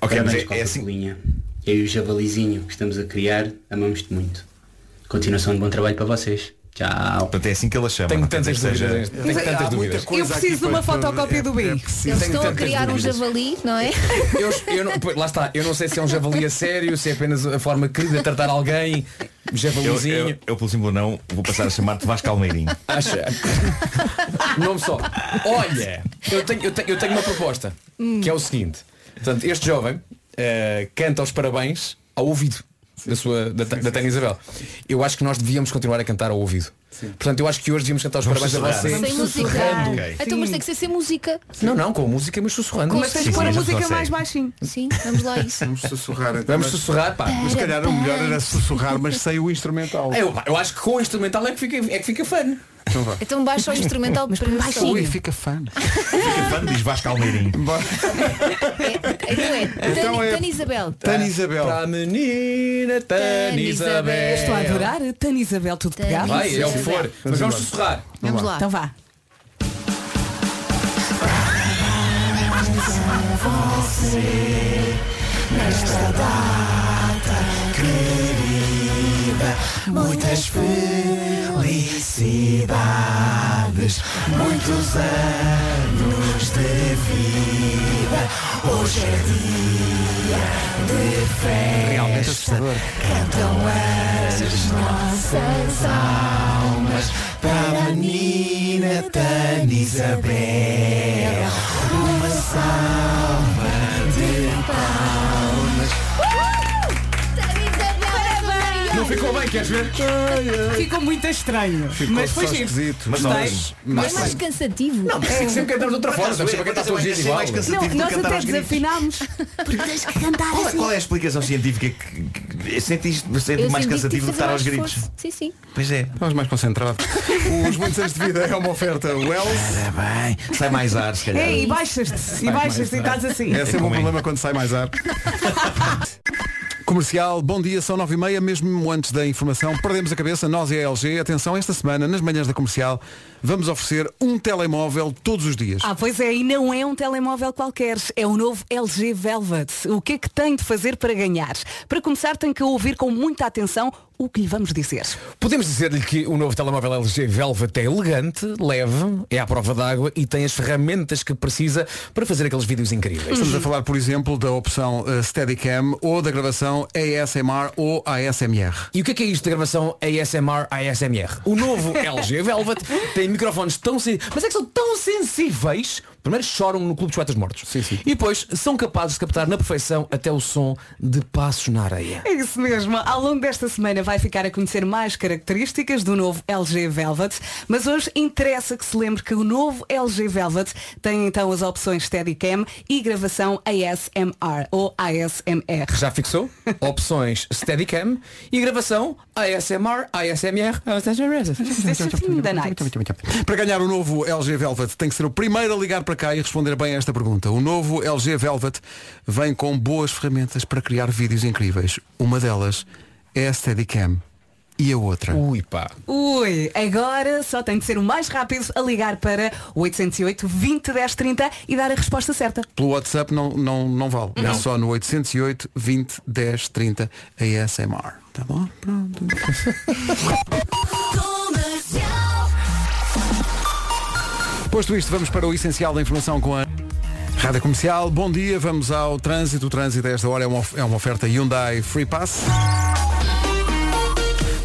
S12: Ok, mas é-
S19: Parabéns, é, assim. Eu e o javalizinho que estamos a criar, amamos-te muito. Continuação de bom trabalho para vocês. Tchau.
S12: Portanto, é assim que ela chama.
S19: Tenho
S12: não? Portanto,
S19: tantas
S12: seja-
S19: dúvidas. Tenho
S12: Mas é-
S19: tantas
S12: há muita
S19: dúvidas.
S12: coisa
S3: Eu preciso
S12: aqui
S3: de uma
S12: para-
S3: fotocópia do BI.
S20: Eles estão a criar um javali, não é?
S8: Eu, eu não- pois, lá está, eu não sei se é um javali a sério, se é apenas a forma querida de tratar alguém,
S12: Eu,
S8: javalizinho.
S12: eu, eu, pelo simples não, vou passar a chamar-te Vasco Almeirinho.
S8: Acha? Nome só. Olha, eu tenho, eu tenho, eu tenho uma proposta,
S12: Hum.
S8: que é o seguinte. Portanto, este jovem eh, canta os parabéns ao ouvido da, sua, da, da Tânia Isabel. Eu acho que nós devíamos continuar a cantar ao ouvido. Portanto, eu acho que hoje devíamos cantar os
S12: Vamos
S8: parabéns a
S12: sussurrar.
S8: você.
S20: Sem música.
S8: Sussurrando.
S20: Então, mas tem que ser sem música.
S8: Não, não, com a música, mas sussurrando.
S20: Mas tens de pôr a música mais
S3: baixinho.
S20: Sim, vamos lá a isso.
S1: Vamos sussurrar. então.
S8: Vamos sussurrar, pá.
S1: Mas se calhar o melhor era sussurrar, mas sem o instrumental.
S8: Eu, eu acho que com o instrumental é que fica, é que fica fã.
S1: Então vá.
S20: Então baixa o instrumental mas para
S1: Ui, fica fã.
S12: Fica fã, é diz Vasco Almeirinho.
S8: É,
S20: Então é,
S1: Então
S20: Tani,
S1: é-
S20: Tani Isabel.
S1: Tana Isabel.
S8: Para a menina Tana Isabel.
S3: Estou a adorar Tana Isabel, tudo pegado.
S8: Vai, é o que for. Mas vamos
S3: embora.
S8: sussurrar.
S3: Vamos lá. Então vá.
S15: Nesta data querida, muitas felicidades, muitos anos de vida. Hoje é dia de
S1: É
S8: é
S15: festa. Cantam as nossas almas para a menina Tana Isabel. Uma salva de palmas.
S8: Não ficou bem, queres ver?
S3: Ficou muito estranho.
S8: Ficou
S12: é
S3: mas foi
S8: só
S3: giro.
S8: esquisito. Mas
S3: Gostei.
S8: nós- mas-
S20: É mais cansativo.
S8: Não, mas sempre cantamos de outra forma, estamos sempre a cantar todos os
S12: é
S8: dias igual.
S3: Não, nós até desafinámos. Porque tens que cantar
S12: Qual é, qual é a explicação científica que, que sente isto sente
S20: Eu
S12: mais
S20: senti que tive
S12: cansativo de estar
S20: fazer mais
S12: aos gritos?
S20: esforço. Sim, sim.
S12: Pois é.
S1: Estamos mais concentrados. Os muitos anos de vida é uma oferta Wells.
S12: Bem, sai mais ar, se calhar.
S3: Ei, É, e baixas-te. E baixas-te e estás assim.
S1: É sempre um problema quando sai mais ar. Comercial, bom dia, são 9 e meia, mesmo antes da informação, perdemos a cabeça, nós e a LG, atenção, esta semana, nas manhãs da comercial, vamos oferecer um telemóvel todos os dias.
S3: Ah, pois é, e não é um telemóvel qualquer, é o novo LG Velvet. O que é que tem de fazer para ganhar? Para começar, tem que ouvir com muita atenção o que lhe vamos dizer.
S8: Podemos dizer-lhe que o novo telemóvel LG Velvet é elegante, leve, é à prova d'água e tem as ferramentas que precisa para fazer aqueles vídeos incríveis.
S1: Estamos a falar, por exemplo, da opção eh, Steadicam ou da gravação ASMR ou ASMR.
S8: E o que é que é isto da gravação ASMR ASMR? O novo LG Velvet tem microfones tão sensíveis, mas é que são tão sensíveis, primeiro choram no Clube dos Poetas Mortos. E depois são capazes de captar na perfeição até o som de passos na areia.
S3: É isso mesmo. Ao longo desta semana vai ficar a conhecer mais características do novo LG Velvet, mas hoje interessa que se lembre que o novo LG Velvet tem então as opções Steadicam e gravação ASMR ou ASMR.
S8: Já fixou? Opções Steadicam e gravação ASMR, ASMR, ASMR.
S3: Da night.
S1: Para ganhar o novo LG Velvet, tem que ser o primeiro a ligar para cá e responder bem a esta pergunta. O novo LG Velvet vem com boas ferramentas para criar vídeos incríveis. Uma delas é a Steadicam e a outra.
S8: Ui, pá.
S3: Ui, agora só tem de ser o mais rápido a ligar para 808 20 10 30 e dar a resposta certa.
S1: Pelo WhatsApp não, não, não vale. É
S3: Não.
S1: só no 808 20 10 30 ASMR. Tá bom? Pronto. Posto isto, vamos para o essencial da informação com a Rádio Comercial. Bom dia, vamos ao trânsito. O trânsito a esta hora é uma, of- é uma oferta Hyundai Free Pass.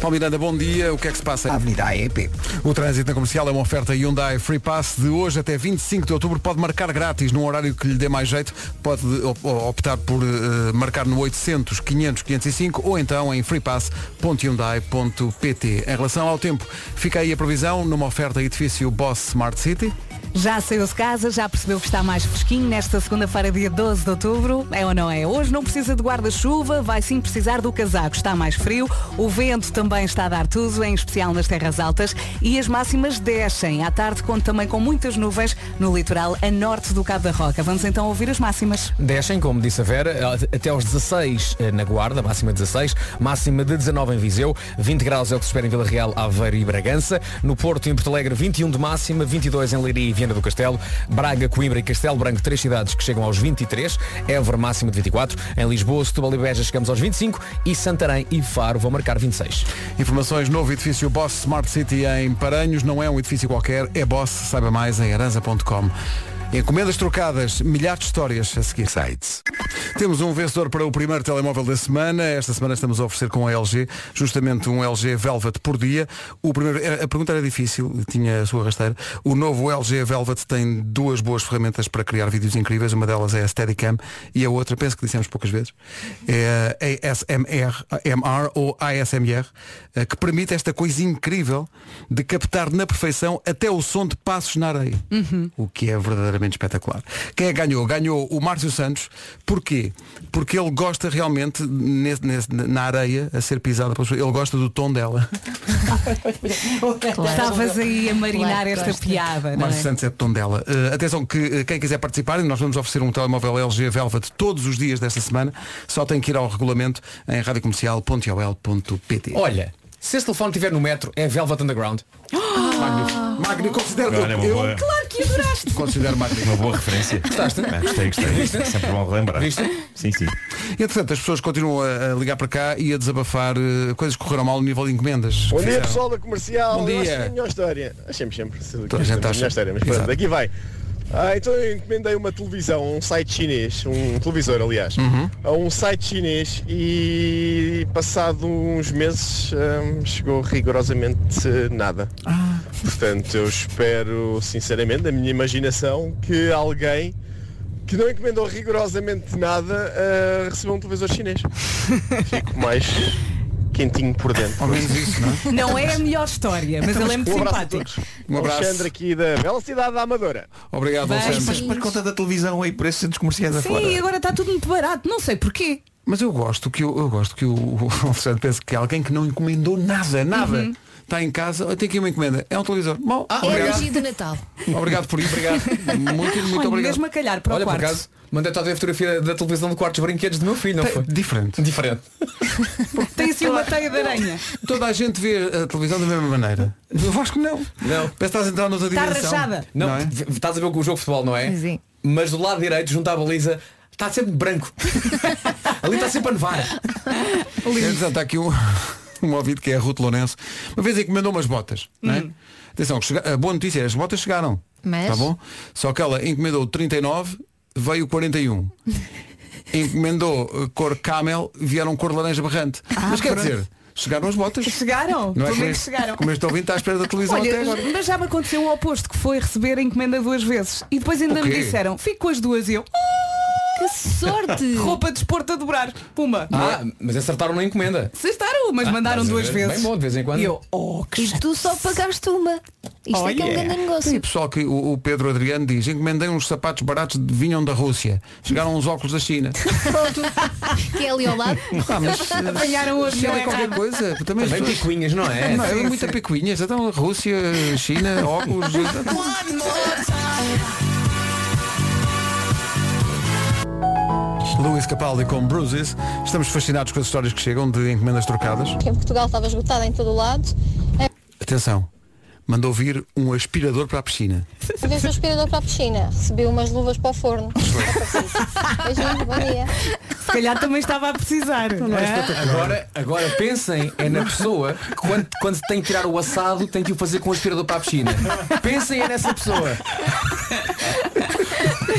S1: Paulo Miranda, bom dia. O que é que se passa?
S21: Avenida AEP.
S1: O trânsito na comercial é uma oferta Hyundai Free Pass de hoje até 25 de outubro. Pode marcar grátis num horário que lhe dê mais jeito. Pode op- optar por eh, marcar no 800 500 505 ou então em freepass.hyundai.pt. Em relação ao tempo, fica aí a previsão numa oferta edifício Boss Smart City.
S3: Já saiu de casa, já percebeu que está mais fresquinho nesta segunda-feira, dia 12 de outubro. É ou não é? Hoje não precisa de guarda-chuva, vai sim precisar do casaco. Está mais frio, o vento também está a dar tudo, em especial nas terras altas, e as máximas descem. À tarde, conto também com muitas nuvens no litoral a norte do Cabo da Roca. Vamos então ouvir as máximas.
S8: Descem, como disse a Vera, até aos 16 eh, na Guarda, máxima 16, máxima de 19 em Viseu, 20 graus é o que se espera em Vila Real, Aveiro e Bragança, no Porto e em Porto Alegre 21 de máxima, 22 em Leiria e Viana do Castelo, Braga, Coimbra e Castelo Branco, três cidades que chegam aos 23, Évora máxima de 24, em Lisboa, Setúbal e Beja chegamos aos 25 e Santarém e Faro vão marcar 26.
S1: Informações, novo edifício Boss Smart City em Paranhos. Não é um edifício qualquer, é Boss. Saiba mais em aranza.com. Encomendas trocadas, milhares de histórias a seguir. Sites. Temos um vencedor para o primeiro telemóvel da semana. Esta semana estamos a oferecer com a LG, justamente um LG Velvet por dia. O primeiro, era- a pergunta era difícil, tinha a sua rasteira. O novo LG Velvet tem duas boas ferramentas para criar vídeos incríveis. Uma delas é a Steadicam e a outra, penso que dissemos poucas vezes, é a ASMR MR ou ASMR, eh, que permite esta coisa incrível de captar na perfeição até o som de passos na areia.
S16: Uhum.
S1: O que é verdadeiramente espetacular. Quem é que ganhou? Ganhou o Márcio Santos. Porquê? Porque ele gosta realmente, nesse- nesse- na areia, a ser pisada pelas pessoas, ele gosta do tom dela.
S3: Estavas aí a marinar
S15: Claro que
S3: esta
S15: gosta.
S3: piada, não
S1: Márcio
S3: é?
S1: Santos é de tom dela. atenção que eh, quem quiser participar, nós vamos oferecer um telemóvel LG Velvet todos os dias desta semana. Só tem que ir ao regulamento em radiocomercial.ol.pt
S8: Olha, se esse telefone estiver no metro, é Velvet Underground.
S1: Magno, Magno, considero
S12: Olha, é uma
S1: eu,
S12: boa-
S3: Claro que adoraste.
S1: considero Magno.
S12: Uma boa referência.
S8: Gostaste?
S12: Ah, Gostei, gostei.
S1: Viste?
S12: Sempre bom relembrar.
S1: Viste?
S12: Sim, sim.
S1: E, entretanto, as pessoas continuam a, a ligar para cá e a desabafar eh, coisas que correram mal no nível de encomendas.
S22: Bom dia
S1: Fizeram.
S22: pessoal da comercial,
S1: Bom
S22: Eu acho
S1: dia.
S22: que é a melhor história. Achamos sempre se-
S1: Toda a gente
S22: a
S1: acha.
S22: melhor história, mas
S1: Exato.
S22: pronto, aqui vai. Ah, então eu encomendei uma televisão, um site chinês, um televisor aliás,
S16: Uhum.
S22: a um site chinês e passado uns meses hum, chegou rigorosamente nada.
S1: Ah.
S22: Portanto, eu espero sinceramente, da minha imaginação, que alguém que não encomendou rigorosamente nada ah, recebeu um televisor chinês. Fico mais quentinho por dentro.
S1: Ao menos isso, não é?
S3: Não é a melhor história, mas ele é muito
S22: Um abraço a
S3: simpático.
S1: Um abraço.
S22: Alexandre aqui da bela cidade da Amadora.
S1: Obrigado,
S3: Bem,
S1: Alexandre.
S3: mas- mas
S12: conta da televisão aí, por esses centros comerciais
S3: Sim, agora está tudo muito barato, não sei porquê.
S1: Mas eu gosto que eu, eu gosto que o, o Alexandre pense que é alguém que não encomendou nada, nada.
S3: Uhum.
S1: Está em casa, "Olha, tem aqui uma encomenda. É um televisor. Bom,
S15: Ah, é a
S1: obrigado.
S15: energia do Natal.
S1: Obrigado por isso. Obrigado. Muito, muito
S3: Olha,
S1: obrigado.
S3: mesmo a calhar para o
S8: Olha, por
S3: quarto.
S8: acaso, mandei-te ontem a fotografia da televisão do quarto dos brinquedos do meu filho, não foi?
S1: Diferente.
S8: Diferente.
S3: Tem assim uma teia de aranha.
S1: Toda a gente vê a televisão da mesma maneira. Eu acho que não.
S8: Não.
S1: Parece que estás a entrar noutra é?
S3: Está
S1: dimensão.
S3: rachada.
S8: Não, v- estás a ver com o jogo de futebol, não é?
S15: Sim.
S8: Mas do lado direito, junto à baliza, está sempre branco. Ali está sempre a nevar.
S1: Entretanto, está aqui um, um ouvido que é Ruth Lourenço. Uma vez encomendou umas botas. não é?
S3: Hum.
S1: Atenção, que chega- a boa notícia é as botas chegaram.
S15: Mas?
S1: Tá bom? Só que ela encomendou 39, veio 41. encomendou eh, cor camel, vieram cor laranja berrante. Mas quer
S3: Ah, pronto.
S1: dizer, chegaram as botas.
S3: Chegaram,
S1: Não
S3: pelo
S1: é como
S3: menos
S1: este-
S3: chegaram.
S1: Como é este ouvinte está à espera da televisão até
S3: Olha,
S1: agora.
S3: mas já me aconteceu o oposto, que foi receber a encomenda duas vezes. E depois ainda
S1: O
S3: me
S1: quê?
S3: disseram, fico com as duas e eu. "Ah, Que
S8: sorte!"
S4: Hum.
S3: Roupa de esporte a dobrar. Puma.
S8: Ah, mas acertaram na encomenda.
S3: Acertaram, mas
S8: Ah,
S3: mandaram
S8: estás a
S3: duas
S8: ver?
S3: vezes.
S8: Bem bom, de vez em quando.
S3: E eu, oh, que
S15: E tu só pagaste uma. Isto é que é um grande negócio.
S1: Tem pessoal que o, o Pedro Adriano diz, encomendei uns sapatos baratos que vinham da Rússia. Chegaram uns óculos da China.
S15: Que é ali ao lado.
S1: Ah, mas, eh,
S3: Apanharam o
S1: se
S3: avião
S1: é qualquer
S3: errado.
S1: coisa. Também, as
S8: Também
S1: pessoas-
S8: picuinhas, não é?
S1: Não, é
S8: Sim,
S1: muita
S8: sim.
S1: picuinhas. Então, Rússia, China, óculos. Luís Capaldi com Bruises. Estamos fascinados com as histórias que chegam de encomendas trocadas.
S4: que em Portugal estava esgotada em todo o lado.
S1: Atenção, mandou vir um aspirador para a piscina.
S4: Em vez do aspirador para a piscina, recebi umas luvas para o forno. Beijinho, bom dia.
S3: Se calhar também estava a precisar. não é?
S8: Agora, agora pensem é na pessoa que quando, quando tem que tirar o assado tem que o fazer com o aspirador para a piscina. Pensem é nessa pessoa.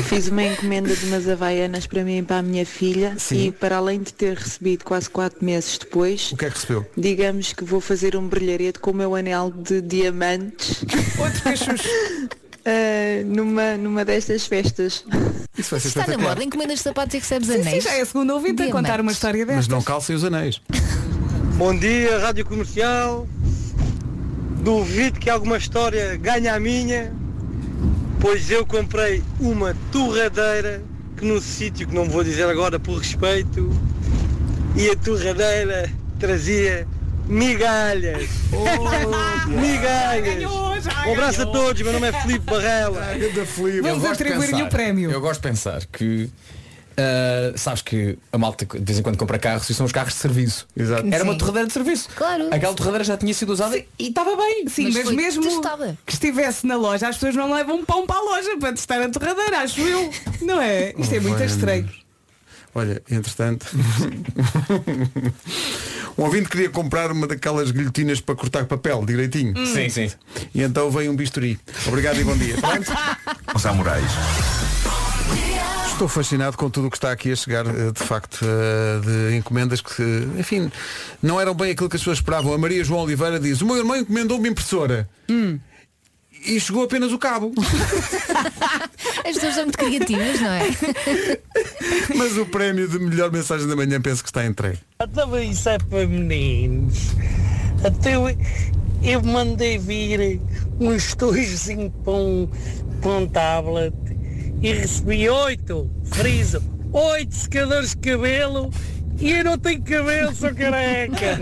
S7: Fiz uma encomenda de umas havaianas para mim e para a minha filha
S1: Sim.
S7: e para além de ter recebido quase quatro meses depois,
S1: O que é que recebeu?
S7: digamos que vou fazer um brilharete com o meu anel de diamantes. Ah,
S1: Outro cachucho.
S7: numa, numa destas festas.
S1: Isso vai ser
S20: Está na
S1: espetacular.
S20: moda, encomendas de sapatos e recebes
S3: Sim,
S20: anéis.
S3: sim, já é a segunda ouvinte a contar uma história desta.
S1: Mas não calcem os anéis.
S23: Bom dia, Rádio Comercial. Duvido que alguma história ganhe a minha, pois eu comprei uma torradeira que num sítio que não vou dizer agora por respeito, e a torradeira trazia migalhas.
S8: Oh,
S23: migalhas. Um abraço a todos, meu nome é Filipe Barrela.
S8: Eu gosto de pensar- Eu gosto de pensar que. ah, sabes que a malta de vez em quando compra carros e são os carros de serviço. Exato. Era uma torradeira de serviço.
S20: Claro.
S8: Aquela torradeira já tinha sido usada
S3: E estava bem, sim,
S20: Mas
S3: mas,
S20: foi
S3: mesmo
S20: testada.
S3: que estivesse na loja, as pessoas não levam pão para a loja para testar a torradeira, acho eu. Não é? Isto é muito
S1: Oh, Vai,
S3: estranho.
S1: Olha, entretanto, um ouvinte queria comprar uma daquelas guilhotinas para cortar papel direitinho.
S15: Hum. Sim, sim.
S1: E então veio um bisturi. Obrigado e bom dia. Pronto?
S12: Os samurais.
S1: Estou fascinado com tudo o que está aqui a chegar, eh, de facto, eh, de encomendas que, eh, enfim, não eram bem aquilo que as pessoas esperavam. A Maria João Oliveira diz, o meu irmão encomendou-me impressora.
S3: Hum.
S1: E chegou apenas o cabo.
S20: As pessoas são muito criativas, não é?
S1: Mas o prémio de melhor mensagem da manhã penso que está entregue.
S24: Estava isso é para meninos. Até eu, eu mandei vir uns toizinho para um, para um tablet e recebi oito, friso, oito secadores de cabelo e eu não tenho cabelo, sou careca.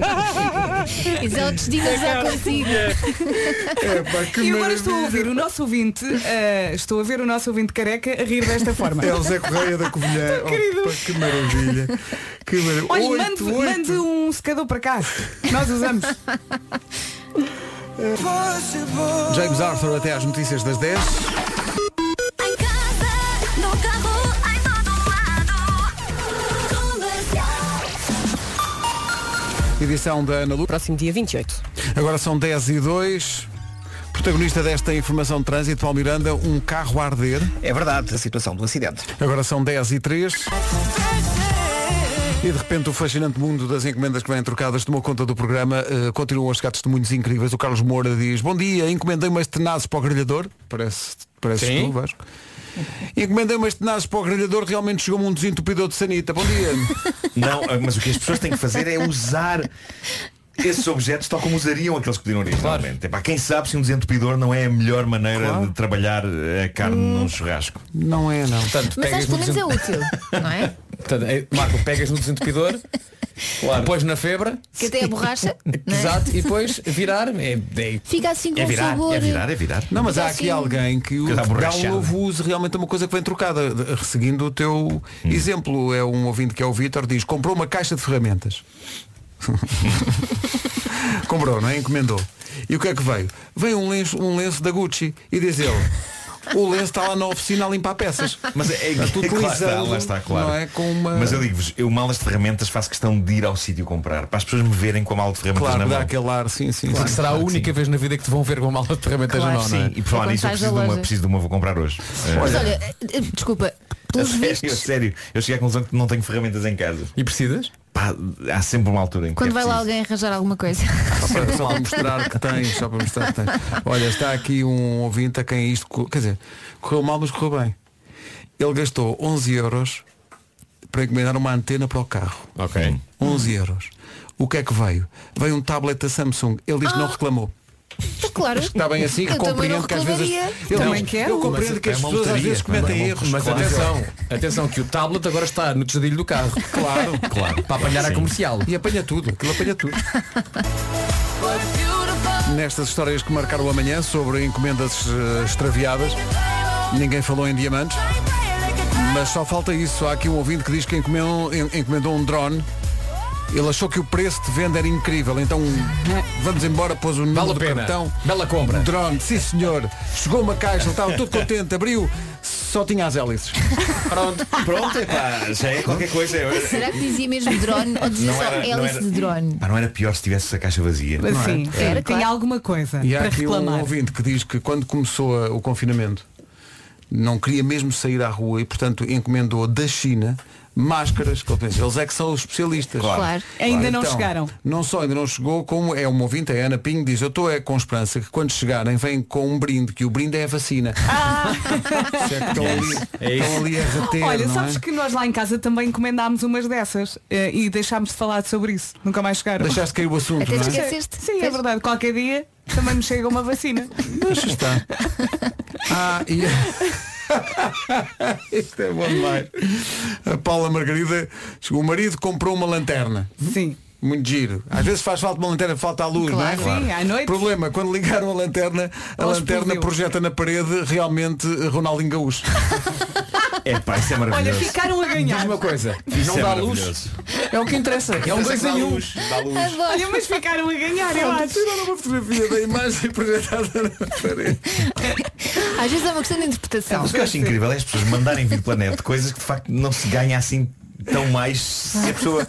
S20: Isso é o destino já
S24: Aquela
S20: contigo.
S1: Epá, que
S3: e agora
S1: maravilha.
S3: estou a ouvir o nosso ouvinte, ah, estou a ver o nosso ouvinte careca a rir desta forma.
S1: É o Zé Correia da Covilhã.
S3: Tão querido.
S1: Opa, que maravilha. Que maravilha.
S3: Olha,
S1: Oito,
S3: mande,
S1: oito.
S3: mande um secador para cá. Nós usamos.
S1: James Arthur até às notícias das 10. Edição da Ana Lu.
S9: Próximo dia 28.
S1: Agora são 10 e 2. Protagonista desta informação de trânsito, Paulo Miranda, um carro a arder.
S2: É verdade, a situação do acidente.
S1: Agora são 10 e 3. E de repente o fascinante mundo das encomendas que vêm trocadas tomou conta do programa. Eh, continuam a chegar testemunhos incríveis. O Carlos Moura diz, bom dia, encomendei umas tenazes para o grelhador. Parece, parece
S15: Sim.
S1: tu, Vasco. Encomendei umas tenazes para o grelhador, realmente chegou-me um desentupidor de sanita. Bom dia.
S12: Não, ah, mas o que as pessoas têm que fazer é usar esses objetos tal como usariam aqueles que pediram originalmente. Epá, quem sabe se um desentupidor não é a melhor maneira de trabalhar eh, a carne num churrasco.
S1: Não é, não.
S8: Portanto,
S20: Mas acho que pelo
S8: no
S20: menos é
S8: desen-
S20: útil, não é?
S8: Portanto, é- Marco, pegas no desentupidor, pões na febra,
S20: Que até a borracha é?
S8: exato, e depois virar. É, é-
S20: fica assim com um sabor.
S12: É virar.
S1: Não, mas
S20: Fica
S1: há
S20: assim-
S1: aqui alguém que o-
S12: Cada
S1: dá um
S12: borrachada.
S1: novo uso realmente a uma coisa que vem trocada. de- Seguindo o teu exemplo, é um ouvinte que é o Vítor, diz, comprou uma caixa de ferramentas. comprou, não é? Encomendou. E o que é que veio? Veio um lenço, um lenço da Gucci e diz ele. O lenço está lá na oficina a limpar peças.
S12: Mas é, é,
S1: Portanto,
S12: lá está,
S1: utilizando,
S12: lá está, claro.
S1: Não é com uma...
S12: Mas eu digo-vos, eu mal as ferramentas faço questão de ir ao sítio comprar. Para as pessoas me verem com a mala de ferramentas
S1: Claro,
S12: na
S1: dá
S12: mão.
S1: aquele ar, sim, sim.
S12: é Claro,
S1: sim.
S8: será a única vez na vida que te vão ver com uma mala de ferramentas na mão, não é?
S12: Sim, e por falar nisso, eu preciso de uma, preciso de uma, vou comprar hoje.
S20: Mas
S12: Eh,
S20: olha, eh, eh, desculpa,
S12: a
S20: pelos
S12: É sério,
S20: vistos,
S12: a sério. Eu cheguei à conclusão que não tenho ferramentas em casa.
S8: E precisas?
S12: há sempre uma altura em que
S20: quando
S12: é
S20: vai lá alguém arranjar alguma coisa.
S1: Só para, só para mostrar que tem, só para mostrar que tem. Olha, está aqui um ouvinte a quem isto, co- quer dizer, correu mal, mas correu bem. Ele gastou 11 euros para encomendar uma antena para o carro.
S8: Ok.
S1: 11
S20: Hum.
S1: euros. O que é que veio? Veio um tablet da Samsung. Ele diz que não reclamou.
S20: Mas Então, claro.
S1: Está bem assim,
S20: Ah. eu também não
S1: compreendo que às vezes.
S20: reclamaria.
S1: Eu
S8: Não,
S1: também quero. Eu compreendo
S8: mas
S1: que as
S8: é uma
S1: pessoas às
S8: lotaria,
S1: vezes cometem
S8: mas é uma-
S1: erros.
S8: Mas
S1: claro.
S8: atenção, atenção que o tablet agora está no tesadilho do carro.
S1: Claro,
S8: claro. Para apanhar a
S1: Sim.
S8: comercial.
S1: E apanha tudo, aquilo apanha tudo. Nestas histórias que marcaram amanhã sobre encomendas eh, extraviadas, ninguém falou em diamantes. Mas só falta isso. Há aqui um ouvinte que diz que encomendou, en- encomendou um drone. Ele achou que o preço de venda era incrível, então vamos embora, pôs o número
S8: Vale a
S1: do
S8: pena.
S1: cartão. Um
S8: Bela compra.
S1: Drone, sim senhor. Chegou uma caixa, ele estava todo contente, abriu, só tinha as hélices.
S12: Pronto, pronto, epá, já é qualquer coisa. Eu-
S20: Será que dizia mesmo drone ou dizia
S12: Não
S20: só
S12: era- não
S20: hélice
S12: era-
S20: de drone?
S12: Pá, não era pior se tivesse a caixa vazia.
S3: Mas
S12: não é?
S3: sim,
S12: É.
S3: era, assim, tem alguma coisa
S1: E há
S3: para
S1: aqui
S3: reclamar.
S1: um ouvinte que diz que quando começou a- o confinamento não queria mesmo sair à rua e, portanto, encomendou da China máscaras, que ele pensa, eles é que são os especialistas.
S3: Claro. Claro. Ainda não
S1: Então,
S3: chegaram.
S1: Não só ainda não chegou, como é uma ouvinte, a Ana Pinho, diz, eu estou é com esperança que quando chegarem vem com um brinde, que o brinde é a vacina. Se é que estão ali,
S25: É isso.
S1: estão ali a reter,
S3: Ah! Olha,
S1: não
S3: sabes
S1: é?
S3: que nós lá em casa também encomendámos umas dessas eh, e deixámos de falar sobre isso. Nunca mais chegaram.
S1: Deixaste cair o assunto, não é?
S3: Sim, é verdade. Qualquer dia também me chega uma vacina.
S1: Deixa estar. Ah, e... Isto é bom demais. A Paula Margarida, chegou, o marido comprou uma lanterna.
S3: Sim.
S1: Muito giro. Às vezes faz falta uma lanterna, falta a luz,
S3: Claro,
S1: não é?
S3: sim, à noite.
S1: Problema, quando ligaram a lanterna, a
S3: Ela
S1: lanterna
S3: explodiu.
S1: projeta na parede realmente Ronaldinho Gaúcho.
S12: É pá, isso é
S3: Olha,
S12: maravilhoso.
S3: ficaram a
S12: Ah.
S3: ganhar.
S1: Diz uma coisa,
S12: Isso
S1: não
S12: é
S1: dá
S12: maravilhoso.
S1: luz. É o que interessa. É um
S12: Isso é que
S1: dois
S12: dá
S1: em um.
S12: luz, dá luz.
S3: Olha, mas ficaram a ganhar, eu acho.
S1: Tiraram uma fotografia da imagem projetada na parede.
S4: Às vezes é uma questão de interpretação.
S12: Mas o que eu acho incrível é as pessoas mandarem vir pela net coisas que de facto não se ganha assim tão mais se a pessoa.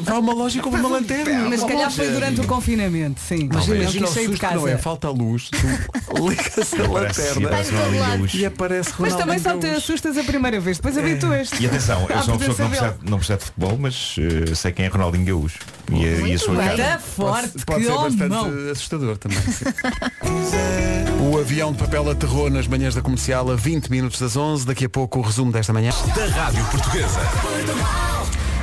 S1: Vá a uma loja e compra uma lanterna.
S3: Mas se calhar foi durante o confinamento, sim.
S1: Mas
S3: Ele
S1: imagina
S3: quis
S1: o
S3: sair de
S1: susto que
S3: casa.
S1: não é, falta a luz, tu ligas
S12: Parece-
S1: a lanterna
S12: parece uma linha de luz.
S1: e aparece
S3: Mas
S1: Ronaldinho
S3: também só te
S1: Gaúcho.
S3: assustas a primeira vez, depois habituas-te.
S12: E atenção, eu
S3: à
S12: sou uma pessoa que
S3: presença
S12: não
S3: dele.
S12: percebe, não percebe de futebol, mas eh, sei quem é Ronaldinho Gaúcho. E, a- e a sua
S3: bem.
S12: cara.
S3: Tá forte,
S1: Pode- pode
S3: que
S1: ser bastante
S3: homão.
S1: assustador também. sim. o avião de papel aterrou nas manhãs da comercial a 20 minutos das 11. Daqui a pouco o resumo desta manhã.
S25: Da Rádio Portuguesa.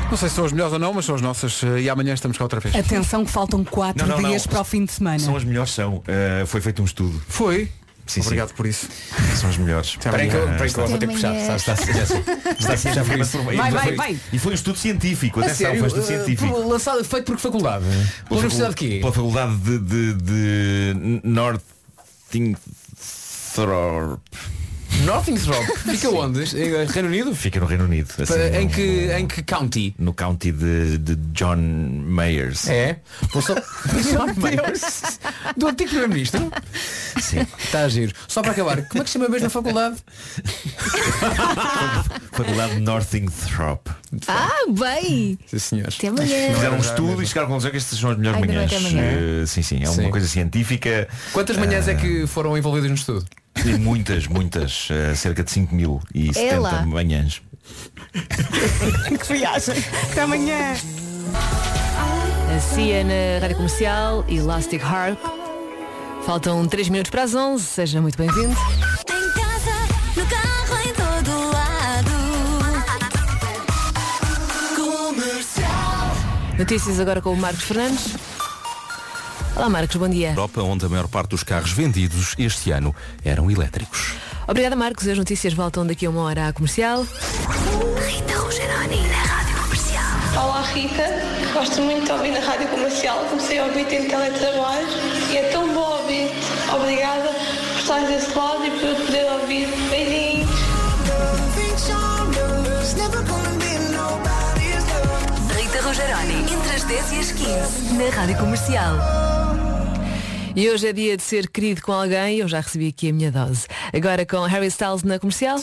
S1: Não sei se são as melhores ou não, mas são as nossas. eh, E amanhã estamos cá outra
S3: É,
S1: vez.
S3: Atenção que faltam 4
S12: Não, não,
S3: dias
S12: não.
S3: para o fim de semana.
S12: São as melhores, são. Eh, foi feito um estudo.
S1: Foi?
S12: Sim,
S1: Obrigado por isso.
S12: São as melhores. Espera
S1: amanhã.
S12: aí que eu- espera aí que
S1: Até
S12: eu vou ter que puxar.
S1: amanhã.
S12: Sabes, Está assim, já sei. Está assim, já foi uma surpresa.
S1: Vai,
S12: E
S1: vai,
S12: foi-
S1: vai.
S12: E foi um estudo científico,
S8: A
S12: atenção, foi um estudo
S8: eh,
S12: científico.
S8: por- lançado, feito por que faculdade? Pela
S12: facu-
S8: Universidade de quê?
S12: Pela faculdade de, de, de Northingthrop.
S8: Northingthrop. Fica onde? Eh, Reino Unido?
S12: Fica no Reino Unido. assim,
S8: Pa- em,
S12: num-
S8: que, em que county?
S12: No county de, de John Mayers.
S8: É? Vou só...
S25: Meu
S8: Deus. Do antigo primeiro-ministro?
S12: Sim.
S8: Está a giro. Só para acabar, como é que se chama mesmo a faculdade?
S12: Faculdade de Northingthrop.
S8: É
S4: Ah, bem!
S8: Sim, senhores.
S4: Até amanhã.
S12: Fizeram um estudo e chegaram à conclusão que estas são as melhores
S4: Ai, ainda bem
S12: manhãs.
S4: que é amanhã.
S12: Eh, sim, sim, é
S8: Sim.
S12: uma coisa científica.
S8: Quantas manhãs é
S12: Eh,
S8: que foram envolvidas no estudo?
S12: tem muitas, muitas, eh, cerca de 5 mil e
S3: É
S12: 70
S3: lá.
S12: manhãs.
S3: que viagem. Até amanhã.
S6: A Cia na Rádio Comercial, Elastic Harp. Faltam 3 minutos para as 11, seja muito bem-vindo.
S15: Em casa, no carro, em todo lado. Comercial.
S6: Notícias agora com o Marcos Fernandes. Olá Marcos, bom dia.
S26: Europa, onde a maior parte dos carros vendidos este ano eram elétricos.
S6: Obrigada Marcos, as notícias voltam daqui a uma hora à comercial.
S15: Rita Rogeroni na Rádio Comercial.
S27: Olá Rita, gosto muito de ouvir na rádio comercial, comecei a ouvir-te em teletrabalho e é tão bom ouvir-te. Obrigada por estar desse lado e por eu poder ouvir. Beijinhos!
S15: Rita Rogeroni, entre as 10 e as 15,
S6: na Rádio Comercial. E hoje é dia de ser querido com alguém, eu já recebi aqui a minha dose. Agora com Harry Styles na comercial.